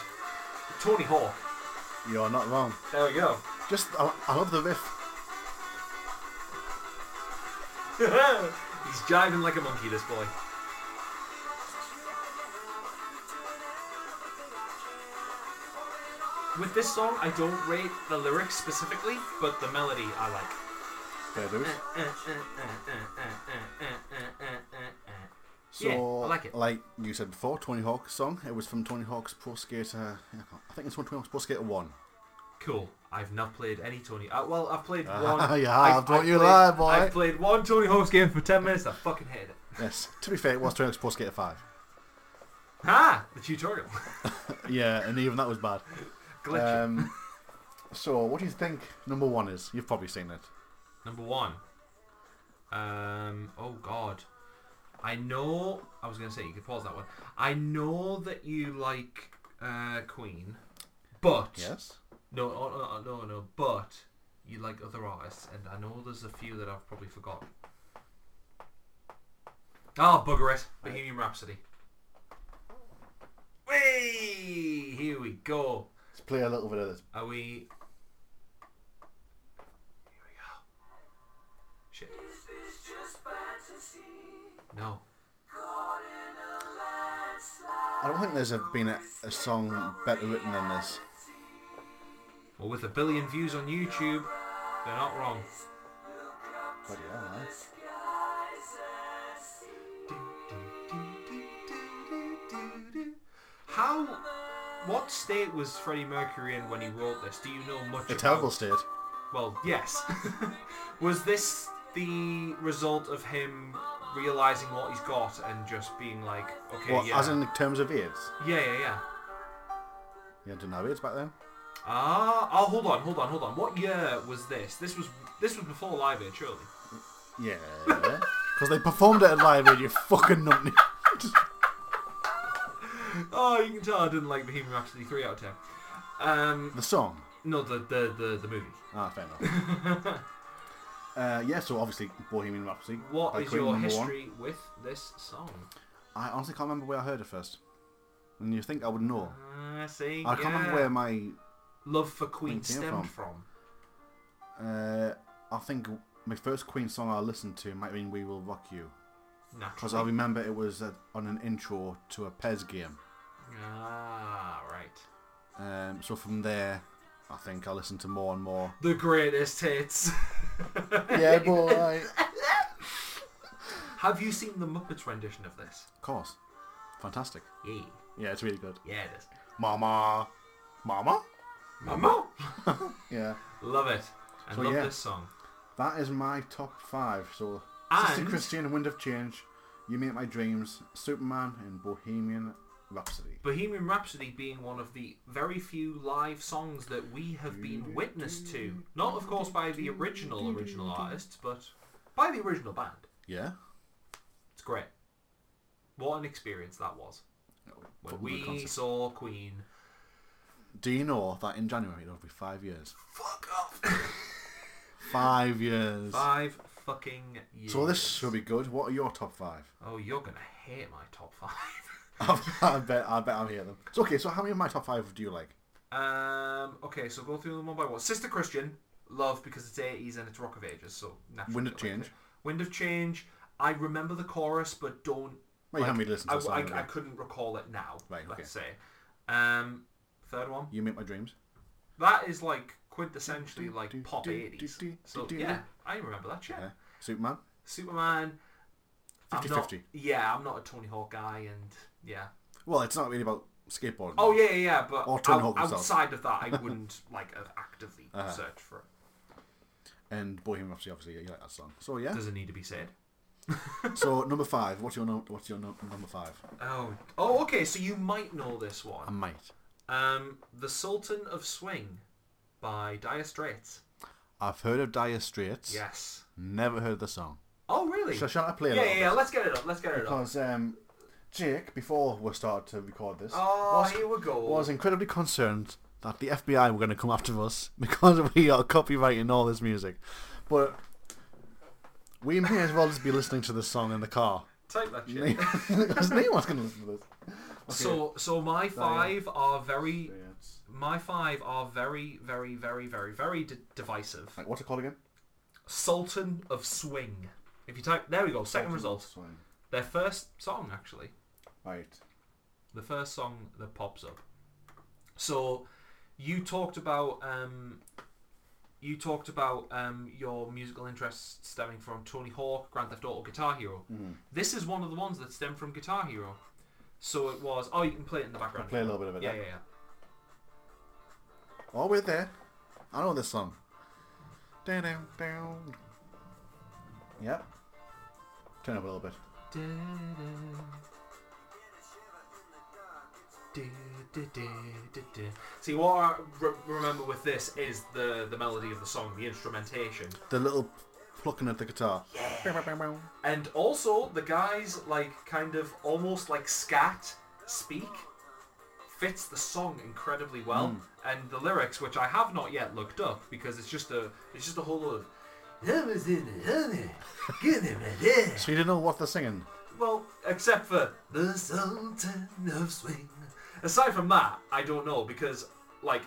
A: Tony Hawk.
B: You're not wrong.
A: There we go.
B: Just I, I love the riff.
A: He's jiving like a monkey, this boy. With this song, I don't rate the lyrics specifically, but the melody I like.
B: There
A: Eh,
B: it is. So,
A: eh, Yeah, I like it.
B: Like you said before, Tony Hawk's song. It was from Tony Hawk's Pro Skater. I think it's from Tony Hawk's Pro Skater One.
A: Cool. I've not played any Tony. Uh, well, I've played
B: Ah,
A: one.
B: you
A: I've-
B: have, don't
A: I've
B: you
A: played-
B: lie, boy.
A: I've played one Tony Hawk's game for ten minutes. I fucking hated it.
B: Yes. To be fair, it was Tony Hawk's Pro Skater Five.
A: Ha! The tutorial
B: Yeah, and even that was bad.
A: glitch.
B: Um, so, what do you think number one is? You've probably seen it.
A: Number one. Um. Oh God. I know. I was gonna say you could pause that one. I know that you like uh, Queen, but
B: Yes.
A: No, no, no, no, no. But you like other artists, and I know there's a few that I've probably forgotten. Ah, bugger it! Bohemian Rhapsody. Whee! Here we go.
B: Let's play a little bit of this.
A: Are we? Here we go. Shit. No.
B: I don't think there's a, been a, a song better written than this.
A: Well, with a billion views on YouTube, they're not wrong.
B: But yeah, man.
A: How? What state was Freddie Mercury in when he wrote this? Do you know much?
B: a
A: about-
B: terrible state.
A: Well, yes. was this the result of him realizing what he's got and just being like, okay,
B: Well,
A: yeah,
B: as in terms of AIDS.
A: yeah, yeah, yeah.
B: You didn't have AIDS back then.
A: Ah, oh, hold on, hold on, hold on. What year was this? This was this was before Live Aid, surely.
B: Yeah. Because they performed it at Live Aid, you fucking numpty.
A: Oh, you can tell I didn't like Bohemian Rhapsody three out of ten. Um,
B: the song.
A: no, the the the, the movie.
B: Ah, fair enough. uh, yeah, so obviously Bohemian Rhapsody.
A: What
B: by
A: is
B: Queen,
A: your
B: number one.
A: history with this song?
B: I honestly can't remember where I heard it first. And you think I would know.
A: I Ah, see.
B: I can't remember where my.
A: Love for Queen
B: it came
A: stemmed from.
B: from. Uh, I think my first Queen song I listened to might have been We Will Rock You. Because
A: Naturally.
B: I remember it was uh on an intro to a Pez game.
A: Ah, right.
B: Um, so from there, I think I listened to more and more.
A: The greatest hits.
B: yeah, boy.
A: Have you seen the Muppets rendition of this?
B: Of course. Fantastic.
A: Yeah.
B: Yeah, it's really good.
A: Yeah, it is.
B: Mama. Mama?
A: Mama!
B: Yeah.
A: Love it. I
B: So,
A: love
B: yeah.
A: this song.
B: That is my top five. So, Sister
A: And
B: Christian, Wind of Change, You Make My Dreams, Superman, and Bohemian Rhapsody.
A: Bohemian Rhapsody being one of the very few live songs that we have been witness to. Not, of course, by the original, original artists, but by the original band.
B: Yeah.
A: It's great. What an experience that was. When
B: Fucking good
A: we
B: concept.
A: saw Queen.
B: Do you know that in January it'll be five years?
A: Fuck off!
B: Five years.
A: Five fucking years.
B: So this should be good. What are your top five?
A: Oh, you're gonna hate my top five.
B: I bet I bet I'll hear them. So okay, so how many of my top five do you like?
A: um. Okay, so go through them one by one. Sister Christian, love because it's eighties and it's Rock of Ages, so naturally.
B: Wind of
A: I like
B: Change.
A: it. Wind of Change. I remember the chorus, but don't.
B: Well, you haven't really listened to
A: I,
B: the song,
A: I,
B: have you?
A: I couldn't recall it now.
B: Right, okay.
A: Let's say. Um. Third one.
B: You Make My Dreams.
A: That is like quintessentially
B: do,
A: like pop
B: do,
A: eighties.
B: do, do,
A: So
B: do, Uh-huh. do.
A: yeah, I remember that. Yeah.
B: Yeah. Superman.
A: Superman. I'm
B: 50-50.
A: not- Yeah, I'm not a Tony Hawk guy, and yeah.
B: Well, it's not really about skateboarding.
A: Oh yeah, yeah, yeah but
B: Or Tony
A: out-
B: Hawk Uh-huh. himself.
A: outside of that, I wouldn't like have actively searched for it.
B: And Bohemian Rhapsody, obviously, yeah, you like that song. So yeah.
A: Does it need to be said?
B: so number five. What's your no- what's your no- number five?
A: Oh, oh, okay. So you might know this
B: I
A: one.
B: might.
A: Um, the Sultan of Swing by Dire Straits.
B: I've heard of Dire Straits.
A: Yes.
B: Never heard the song.
A: Oh, really?
B: So shall I play a
A: yeah,
B: little
A: yeah, yeah. Let's get it up. Let's get it up.
B: Because um, Jake, before we start to record this,
A: Oh,
B: was,
A: here we go.
B: was incredibly concerned that the FBI were going to come after us because we are copyrighting all this music. But we may as well just be listening to this song in the car.
A: Type that shit.
B: Because no one's going to listen to this.
A: So, so my five are very,
B: It's-
A: my five are very, very, very, very, very d- divisive.
B: Like, what's it called again?
A: Sultan of Swing. If you type, there we go. Second result. Their first song, actually.
B: Right.
A: The first song that pops up. So, you talked about um, you talked about um, your musical interests stemming from Tony Hawk, Grand Theft Auto, Guitar Hero.
B: Mm-hmm.
A: This is one of the ones that stem from Guitar Hero. So it was. Oh, you can play it in the background.
B: Play a little bit of it.
A: yeah,
B: then.
A: yeah, yeah.
B: Oh, we're there. I know this song. Down, down, down. Yep. Turn up a little bit.
A: See what I re- remember with this is the the melody of the song, the instrumentation,
B: The little plucking at the guitar. Yeah.
A: and also the guys like kind of almost like scat speak fits the song incredibly well, and the lyrics, which I have not yet looked up because it's just a it's just a whole lot of.
B: So you didn't know what they're singing.
A: Well, except for the Sultan of Swing. Aside from that, I don't know because, like,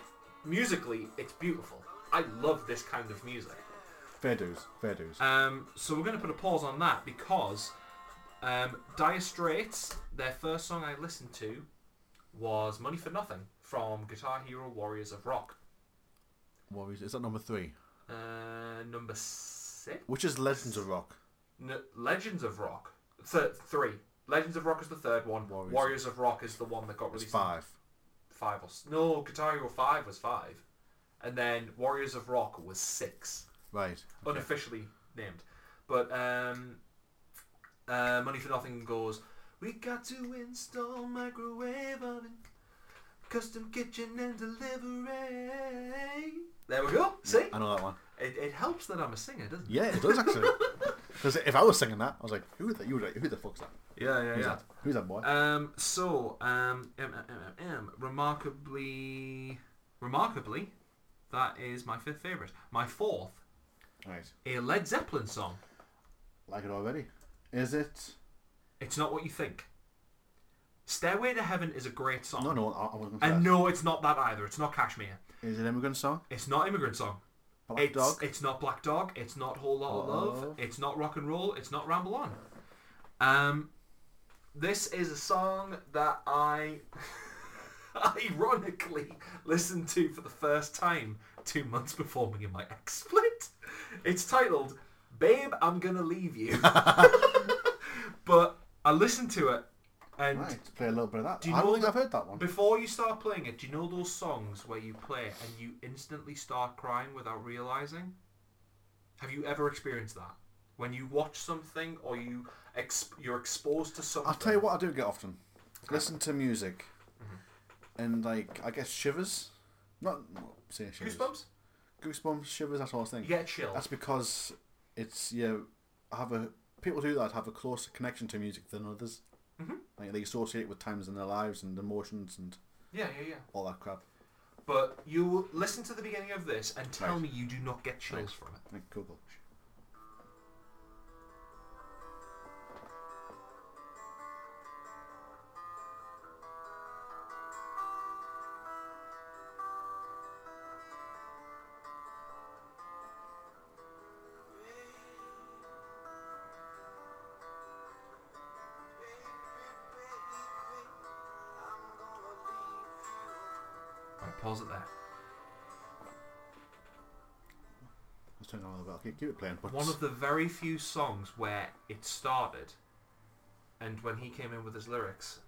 A: musically, it's beautiful. I love this kind of music.
B: Fair dues. Fair dues.
A: Um, so we're going to put a pause on that because um, Dire Straits, their first song I listened to was "Money for Nothing" from Guitar Hero Warriors of Rock.
B: Warriors. Is that number three?
A: Uh, number six,
B: Which is Legends of Rock.
A: N Legends of Rock. Th- three. Legends of Rock is the third one.
B: Warriors
A: Warriors,
B: of-
A: of Rock is the one that got
B: It's
A: released. in
B: five.
A: five or s- no Guitar Hero five was five, and then Warriors of Rock was six,
B: Right.
A: unofficially named. But um, uh, Money for Nothing goes. We got to install microwave oven, custom kitchen and delivery. There we go. See,
B: I know that one.
A: it, it helps that I'm a singer, doesn't it?
B: Yeah, it does actually. Because if I was singing that, I was like, who the, you, who the fuck's that?
A: Yeah, yeah,
B: Who's that? Who's that boy?
A: Um, so, um, um, um, um, um, remarkably, remarkably, that is my fifth favorite. My fourth,
B: right.
A: a Led Zeppelin song.
B: Like it already. Is it?
A: It's not what you think. Stairway to Heaven is a great song.
B: No, no. I, I wasn't going
A: And
B: to
A: no, it's not that either. It's not Kashmir.
B: say. Is it Immigrant Song?
A: It's not Immigrant Song.
B: Black
A: it's,
B: Dog. Oh.
A: It's not Black Dog. It's not Whole Lot of
B: Whole Lotta
A: Love.
B: Love.
A: It's not Rock and Roll. It's not Ramble On. Um, this is a song that I ironically listened to for the first time two months before me and my ex split. It's titled "Babe, I'm Gonna Leave You," but I listened to it and.
B: Right, let's play a little bit of that.
A: Do you
B: I
A: know
B: don't think
A: that-
B: I've heard that one.
A: Before you start playing it, do you know those songs where you play it and you instantly start crying without realizing? Have you ever experienced that? When you watch something or you exp- you're exposed to something.
B: I'll tell you what I do get often. Listen to music,
A: Mm-hmm.
B: and like I guess shivers. Not well, saying shivers.
A: Goosebumps.
B: Goosebumps, shivers, that sort of thing.
A: You get a chill.
B: That's because it's yeah. I have a people do that have a closer connection to music than others.
A: Mhm.
B: Like they associate it with times in their lives and emotions and
A: Yeah, yeah, yeah.
B: all that crap.
A: But you will listen to the beginning of this and tell
B: Right.
A: me you do not get chills from it.
B: Like Google.
A: Right, pause it there.
B: Let's turn it on a little bit. I'll keep, keep it playing. But
A: One of the very few songs where it started, and when he came in with his lyrics,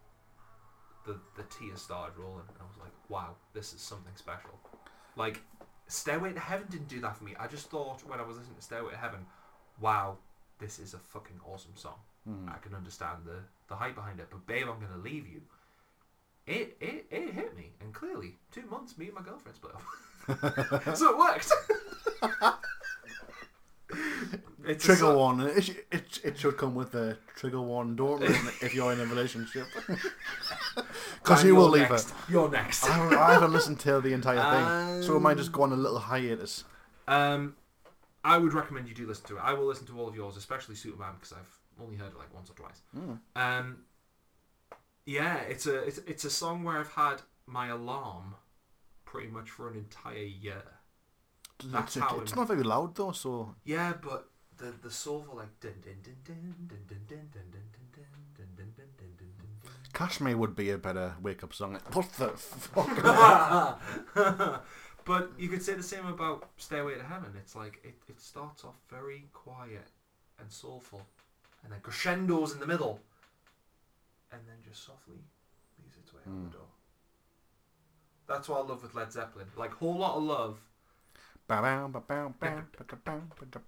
A: the the tears started rolling, and I was like, "Wow, this is something special." Like, Stairway to Heaven didn't do that for me. I just thought when I was listening to Stairway to Heaven, "Wow, this is a fucking awesome song."
B: Hmm.
A: I can understand the the hype behind it, but "Babe, I'm Gonna Leave You," it it, it hit me, and clearly, two months me and my girlfriend split up, so it worked. It's a
B: trigger
A: song-
B: one. It, sh- it, sh- it should come with a trigger one. Don't ruin it if you're in a relationship. Because
A: Dan,
B: you will
A: you're
B: leave
A: next.
B: it.
A: You're next.
B: I haven't, I haven't listened to the entire thing, so we might just go on a little hiatus.
A: Um, I would recommend you do listen to it. I will listen to all of yours, especially Superman, because I've only heard it like once or twice.
B: Mm.
A: Um, yeah, it's a it's, it's a song where I've had my alarm pretty much for an entire year. That's
B: It's,
A: how
B: it's
A: it-
B: not very loud though, so
A: Yeah, but the the silver like dun dun dun dun dun dun dun dun dun dun dun dun dun dun dun dun dun.
B: Cashmere would be a better wake up song. What the fuck?
A: but you could say the same about Stairway to Heaven. It's like it, it starts off very quiet and soulful, and then crescendos in the middle, and then just softly leaves its way out
B: Mm.
A: the door. That's what I love with Led Zeppelin. Like whole lot of love,
B: have,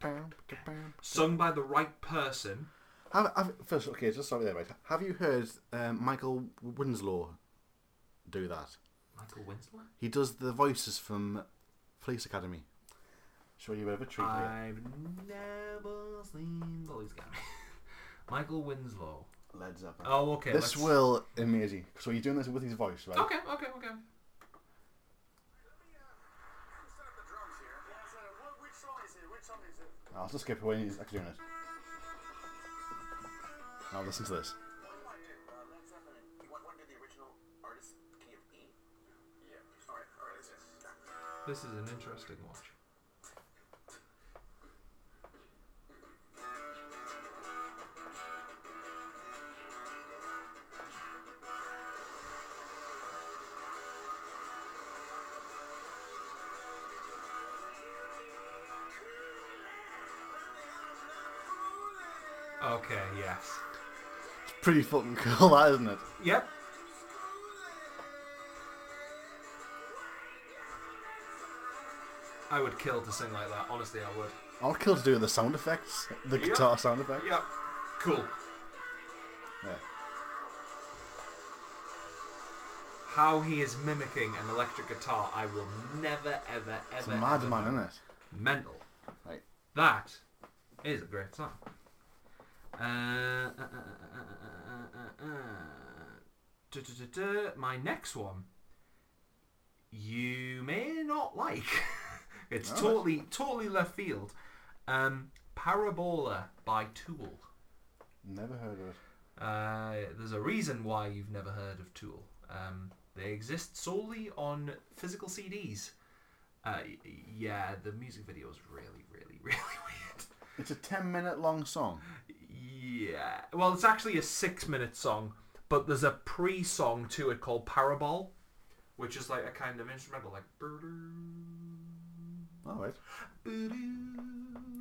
A: sung by the right person.
B: have, first, okay, just stop there, right? Have you heard um, Michael Winslow do that?
A: Michael Winslow.
B: He does the voices from Police Academy. Show you a bit of a treat here.
A: I've never seen well, he's got me. Michael Winslow.
B: Led Zeppelin.
A: Oh, okay.
B: this
A: let's-
B: will amaze you. So you're doing this with his voice, right?
A: Okay, okay, okay.
B: I'll just skip away. He's actually doing it. Now listen to this.
A: This is an interesting watch. Okay, yes.
B: It's pretty fucking cool, that isn't it?
A: Yep. I would kill to sing like that. Honestly, I would.
B: I'll kill to do the sound effects, the
A: Yeah.
B: guitar sound effects.
A: Yep. Cool.
B: Yeah.
A: How he is mimicking an electric guitar, I will never, ever, ever.
B: It's a
A: ever
B: madman, isn't it?
A: Mental.
B: Right.
A: That is a great song. Uh, uh, uh, uh, uh, uh, uh, uh, duh, duh, duh, duh. uh, My next one, you may not like. it's
B: Alright.
A: totally, totally left field. Um, Parabola by Tool.
B: Never heard of it.
A: Uh, there's a reason why you've never heard of Tool. Um, they exist solely on physical CDs. Uh, y- yeah, the music video is really, really, really weird.
B: It's a 10 minute long song.
A: Yeah, well, it's actually a six-minute song, but there's a pre-song to it called Parabol, which is like a kind of instrumental, like.
B: All right.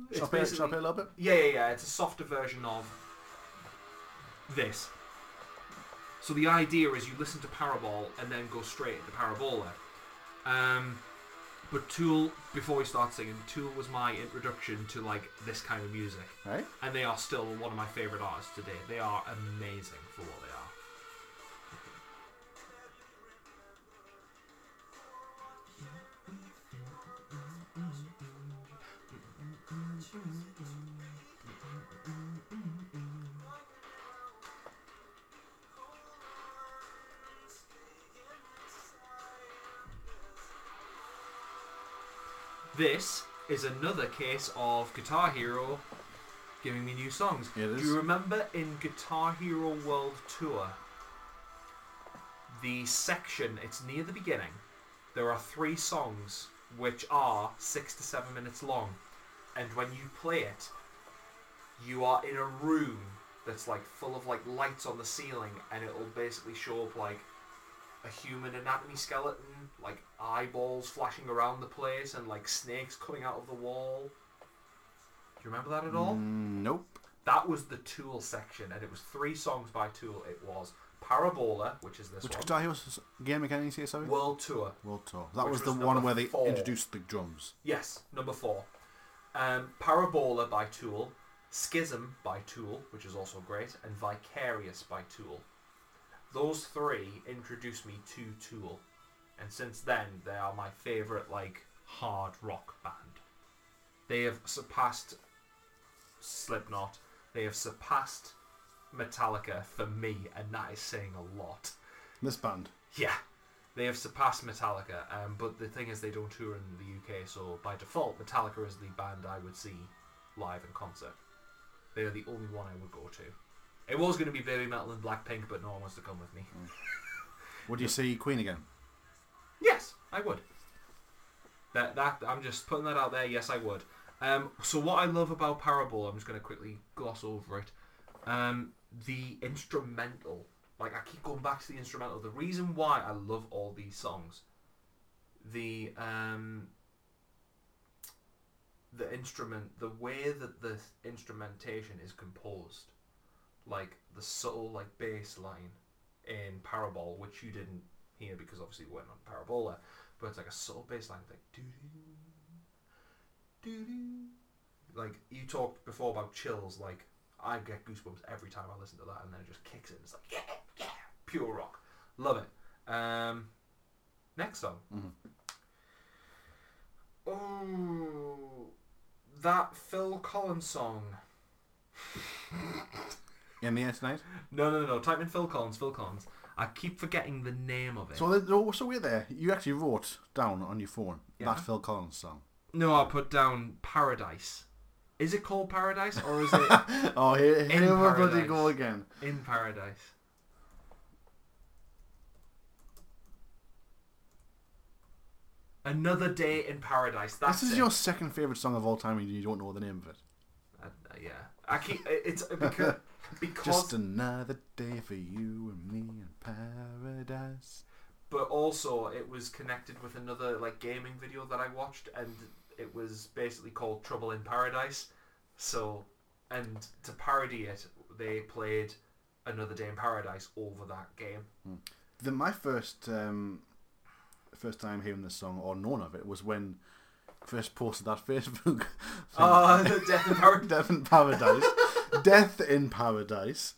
A: It's
B: Shall I play, shall I
A: basically-
B: play a little bit?
A: yeah, yeah, yeah. It's a softer version of this. So the idea is you listen to Parabol and then go straight into Parabola. Um, but Tool, before we start singing, Tool was my introduction to like this kind of music,
B: Right.
A: and they are still one of my favorite artists today. They are amazing for what they are. This is another case of Guitar Hero giving me new songs.
B: It is.
A: Do you remember in Guitar Hero World Tour, the section, it's near the beginning, there are three songs which are six to seven minutes long. And when you play it, you are in a room that's like full of like lights on the ceiling and it'll basically show up like a human anatomy skeleton, like eyeballs flashing around the place and like snakes coming out of the wall. Do you remember that at all?
B: Mm, nope.
A: That was the Tool section, and it was three songs by Tool. It was Parabola, which is this
B: Which
A: one,
B: guitar hero s- game again? You say sorry.
A: World Tour,
B: World Tour. That
A: Which
B: was the
A: was
B: one
A: number
B: where they
A: four.
B: introduced the drums.
A: yes, number four, um, Parabola by Tool, Schism by Tool, which is also great, and Vicarious by Tool. Those three introduced me to Tool, and since then they are my favorite like hard rock band. They have surpassed Slipknot. They have surpassed Metallica for me, and that is saying a lot.
B: This band.
A: Yeah, they have surpassed Metallica, um, but the thing is, they don't tour in the UK, so by default, Metallica is the band I would see live in concert. They are the only one I would go to. It was going to be Baby Metal and Blackpink, but no one wants to come with me.
B: Would you see Queen again?
A: Yes, I would. That that I'm just putting that out there. Yes, I would. Um, so what I love about Parable, I'm just going to quickly gloss over it. Um, the instrumental, like I keep going back to the instrumental. The reason why I love all these songs, the um, the instrument, the way that the instrumentation is composed, like the subtle like bass line in Parabol, which you didn't here because obviously it went on Parabola, but it's like a subtle baseline thing. Doo-doo, doo-doo. Like you talked before about chills, like I get goosebumps every time I listen to that, and then it just kicks in. It's like yeah, yeah, pure rock, love it. Um, next song.
B: Mhm.
A: Oh, that Phil Collins song.
B: In the air tonight.
A: No, no, no. Type in Phil Collins. Phil Collins. I keep forgetting the name of it.
B: So, th- no, so we're there. You actually wrote down on your phone
A: Yeah.
B: that Phil Collins song.
A: No, I put down Paradise. Is it called Paradise or is it
B: oh, here,
A: In
B: here we bloody
A: Paradise.
B: go again.
A: in Paradise? Another day in paradise. That's
B: this is
A: it.
B: your second favourite song of all time and you don't know the name of it.
A: Uh, yeah, I keep it- it's because because
B: Just another day for you and me in paradise.
A: but also it was connected with another like gaming video that I watched, and it was basically called Trouble in Paradise. So, and to parody it, they played Another Day in Paradise over that game.
B: The, my first um, first time hearing this song or knowing of it was when Chris posted that Facebook. thing. Ah,
A: Oh, the Death in Paradise.
B: Death in Paradise. Death in Paradise.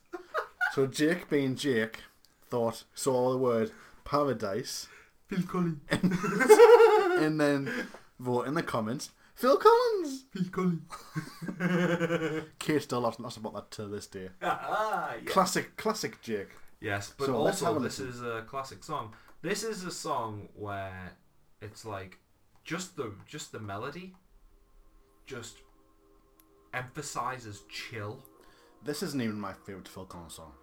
B: So Jake being Jake thought saw the word paradise
A: Phil Collins.
B: and then wrote in the comments Phil Collins.
A: Phil Collins.
B: Kate still laughs, laughs about that to this day.
A: Ah, yeah.
B: Classic, classic Jake.
A: yes, but
B: So let's have
A: also
B: a
A: this
B: listen.
A: is a classic song. This is a song where it's like just the just the melody just emphasizes chill
B: This isn't even my favorite Phil Collins song.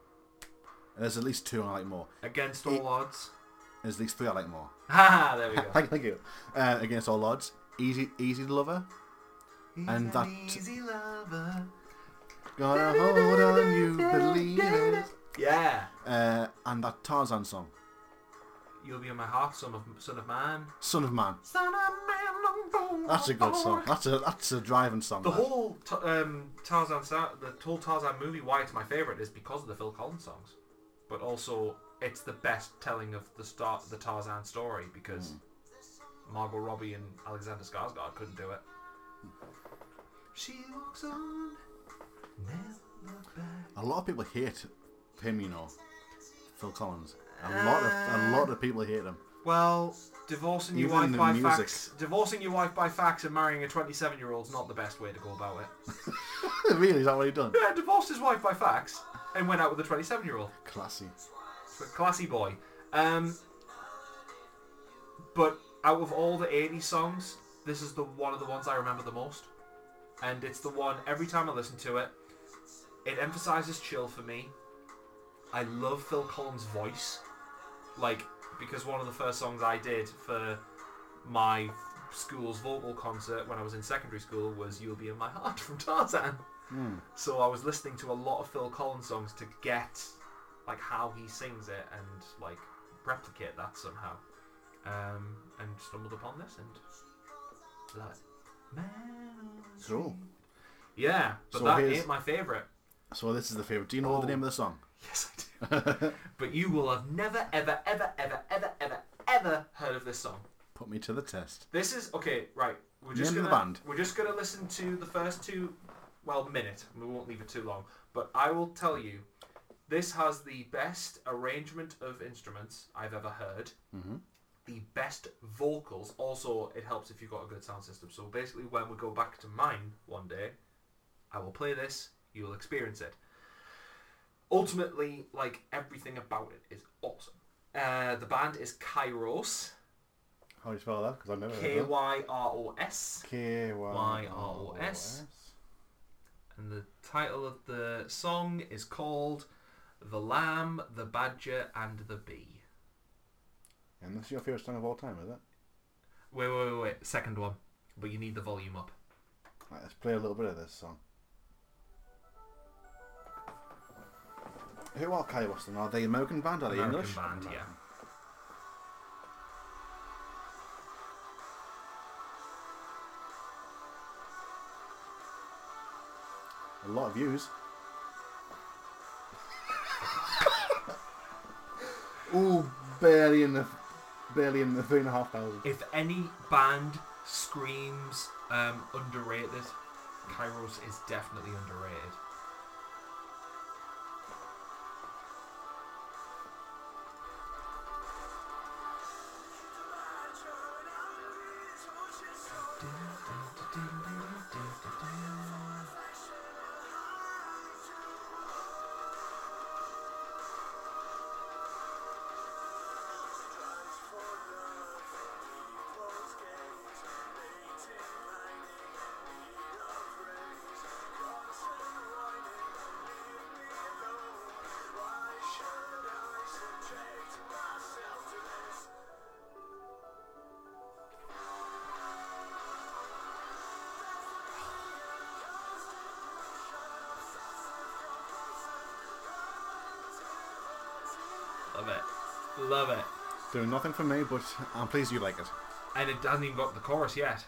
B: There's at least two I like more.
A: against all
B: It-
A: odds.
B: There's at least three I like more.
A: Ha! There we go.
B: thank, thank you. Uh, Against all odds, easy, easy lover.
A: He's
B: And
A: an
B: that-
A: easy lover.
B: Got a hold on you, believers.
A: Yeah.
B: Uh, and that Tarzan song,
A: You'll be in my heart, son of son of man.
B: Son of Man.
A: Son of man, I'm going
B: That's a good song.
A: forward.
B: That's a that's a driving song.
A: Oh, The
B: that.
A: whole t- um, Tarzan, sa- the whole Tarzan movie, why it's my favorite is because of the Phil Collins songs, but also it's the best telling of the start the Tarzan story because
B: Hmm.
A: Margot Robbie and Alexander Skarsgård couldn't do it. She walks on, never back.
B: A lot of people hate him, you know, Phil Collins. A lot of
A: Uh.
B: a lot of people hate him.
A: Well, divorcing your
B: Even
A: wife
B: the
A: by
B: music.
A: fax, divorcing your wife by fax, and marrying a twenty-seven-year-old's not the best way to go about it.
B: really, is that what he done?
A: Yeah, divorced his wife by fax and went out with a twenty-seven-year-old.
B: Classy.
A: But classy boy. Um, but out of all the 80s songs, this is the one of the ones I remember the most. And it's the one every time I listen to it, it emphasizes chill for me. I love Phil Collins' voice. Like, because one of the first songs I did for my school's vocal concert when I was in secondary school was You'll Be in My Heart from Tarzan.
B: Hmm.
A: So I was listening to a lot of Phil Collins songs to get like how he sings it and like replicate that somehow. Um, and stumbled upon this and love it. Man on the street.
B: Cool.
A: Yeah, but
B: So
A: that
B: here's-
A: ain't my favourite.
B: So this is the favorite. Do you know
A: Oh.
B: the name of the song?
A: Yes, I do. but you will have never, ever, ever, ever, ever, ever, ever heard of this song.
B: Put me to the test.
A: This is okay, right? We're just
B: Name
A: gonna
B: the band.
A: we're just gonna listen to the first two, well, minute. We won't leave it too long, but I will tell you, this has the best arrangement of instruments I've ever heard.
B: Mhm.
A: The best vocals. Also, it helps if you've got a good sound system. So basically, when we go back to mine one day, I will play this. You'll experience it. Ultimately, like everything about it is awesome. Uh, the band is Kairos.
B: How do you spell that? Because I've never
A: K Y R O S.
B: K
A: Y R O S. And the title of the song is called The Lamb, the Badger, and the Bee.
B: And this is your favorite song of all time, is it?
A: Wait, wait, wait, wait. Second one. But you need the volume up.
B: Right, let's play a little bit of this song. Who are Kairos then? Are they American band? Are they
A: American
B: English?
A: band, yeah.
B: A lot of views. Ooh, barely in the barely in the three and a half thousand.
A: If any band screams um, underrated, Kairos is definitely underrated. Love it. Love it.
B: Doing nothing for me, but I'm pleased you like it.
A: And it hasn't even got the chorus yet.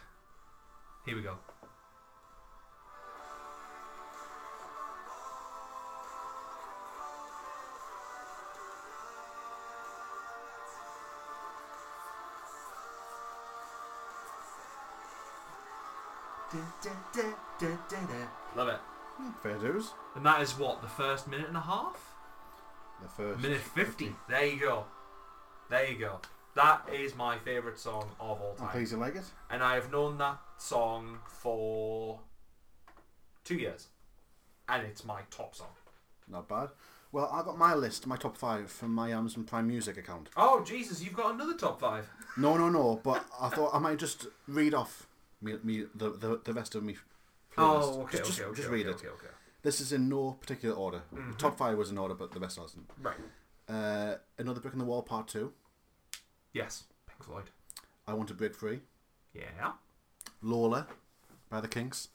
A: Here we go. Love it.
B: Fair dues.
A: And that is what, the first minute and a half?
B: The first
A: Minute 50. There you go. There you go. That is my favourite song of all
B: I'm
A: time.
B: pleased you like it.
A: and I have known that song for two years, and it's my top song.
B: Not bad. Well, I got my list, my top five, from my Amazon Prime Music account.
A: Oh Jesus, you've got another top five.
B: No, no, no. But I thought I might just read off me, me the, the the rest of me. playlist.
A: Oh, okay,
B: just, just,
A: okay, okay,
B: just
A: okay,
B: read
A: okay, Mm-hmm.
B: it.
A: okay.
B: This is in no particular order. The top five was in order, but the rest wasn't.
A: Right.
B: Uh, Another brick in the wall, part two.
A: Yes, Pink Floyd. Mm-hmm.
B: I want to break free.
A: Yeah.
B: Lola, by the Kinks.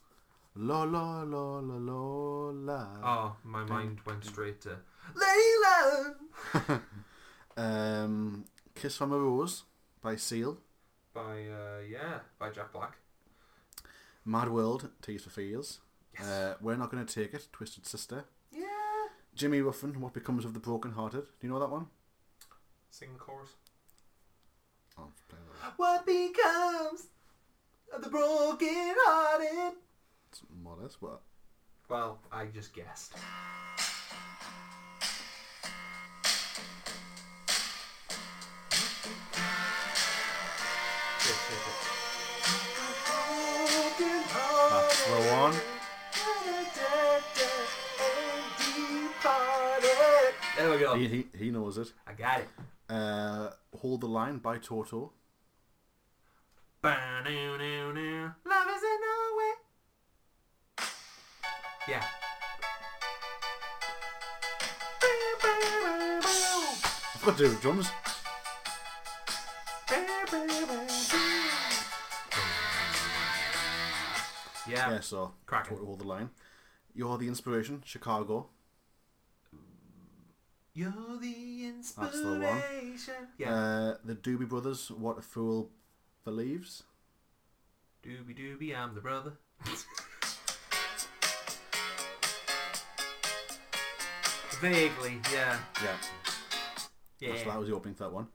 B: La la la la la la.
A: Oh, my mind went straight to
C: Layla!
A: Oh.
B: Um, Kiss from a Rose by Seal.
A: by uh, yeah by Jack Black.
B: Mad World, Tears for Fears. Uh, We're Not Gonna Take It, Twisted Sister.
A: Yeah.
B: Jimmy Ruffin, What Becomes of the Broken Hearted. Do you know that one?
A: Sing the chorus.
B: Oh, I'm just playing that one.
C: What becomes of the broken hearted?
B: It's more or less what.
A: Well, I just guessed. Shit, shit, shit.
B: That's the one.
A: There we go.
B: He, he, he knows it.
A: I got it.
B: Uh, Hold the Line by Toto.
A: Ba-do-do-do. Love is in our way. Yeah.
B: I've got to do with drums.
A: Yeah.
B: Yeah, so
A: cracking.
B: Toto, Hold the Line. You're the Inspiration, Chicago.
A: You're the inspiration.
B: That's the one.
A: Yeah.
B: Uh, the Doobie Brothers, What a Fool Believes.
A: doobie doobie, I'm the brother. Vaguely, yeah.
B: Yeah.
A: Yeah.
B: So that was the opening for that one.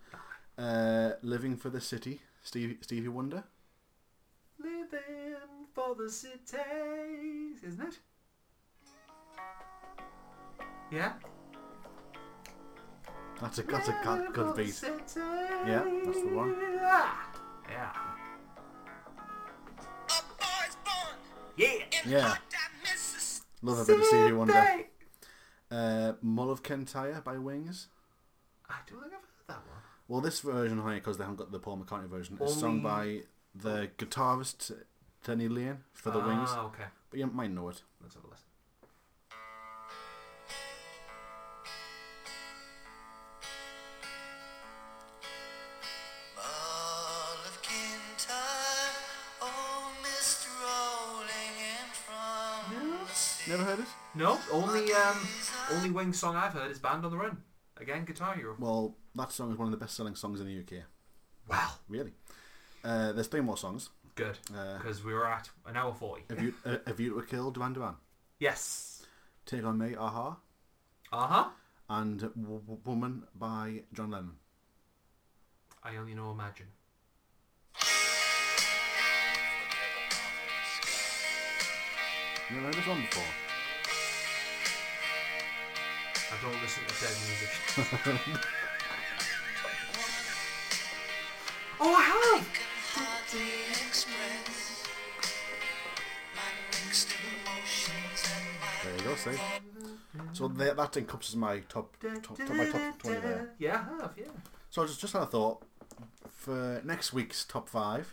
B: Uh, Living for the City, Stevie, Stevie Wonder.
A: Living for the cities, isn't it? Yeah.
B: That's a, that's a good, good
A: Living
B: beat.
A: for the cities. Ah,
B: Yeah, that's the one.
A: Yeah. Yeah.
B: Yeah. Love a bit of Stevie Wonder.
A: City.
B: Uh, Mull of Kentire by Wings.
A: I don't think I've heard that one.
B: Well, this version, because they haven't got the Paul McCartney version, is
A: Only-
B: sung by the guitarist Denny Lane for the Wings.
A: Ah, okay.
B: But you might know it.
A: Let's have a listen.
D: Ball of Kintyre, oh mist rolling in from the sea.
B: Never heard it?
A: No, only um, only wing song I've heard is Band on the Run. Again, Guitar Hero.
B: Well, that song is one of the best-selling songs in the UK.
A: Wow.
B: Really. Uh, there's three more songs.
A: Good.
B: Uh,
A: Because we were at an hour 40.
B: A View, a, a View to a Kill, Duran Duran.
A: Yes.
B: Take on Me, Aha.
A: Uh huh.
B: And w- W- Woman by John Lennon.
A: I only know Imagine.
B: You never heard this one before?
A: I don't listen to dead music. oh, I have!
D: Hardly express my mixed emotions and my
B: There you go, see? So that, that encompasses my top, top, top, my top 20 there.
A: Yeah, I have, yeah.
B: So just just had a thought for next week's top five.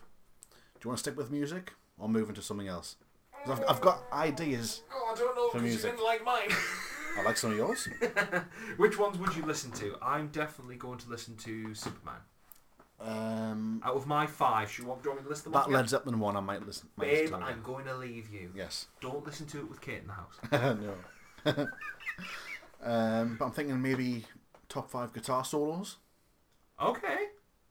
B: Do you want to stick with music or move into something else? 'Cause I've, I've got ideas.
A: Oh, I don't know
B: For 'cause you music. didn't
A: like mine.
B: I like some of yours.
A: Which ones would you listen to? I'm definitely going to listen to Superman.
B: Um,
A: Out of my five, do you want, do you want me to list them off
B: that
A: again?
B: Led Zeppelin one I might listen. Might
A: Babe,
B: listen to
A: I'm going to leave you.
B: Yes.
A: Don't listen to it with Kate in the house.
B: no. um, but I'm thinking maybe top five guitar solos.
A: okay.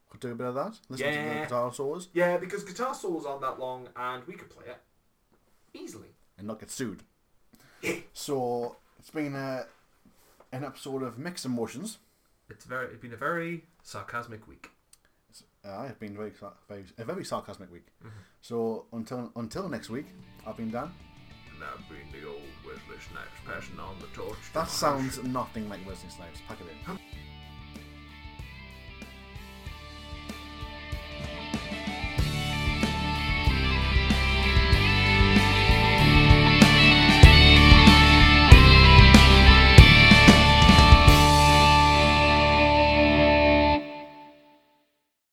B: Could do a bit of that. Listen to the
A: Yeah.
B: guitar solos
A: Yeah, because guitar solos aren't that long, and we could play it easily.
B: and not get sued. so it's been a, an episode of mixed emotions.
A: It's very. It's been a very sarcasmic week.
B: Uh, I've been very, sar- very, a very sarcastic week. So until until next week, I've been Dan.
A: And I've been the old witless snipes passing on the torch.
B: That sounds nothing like Wesley Snipes. Pack it in.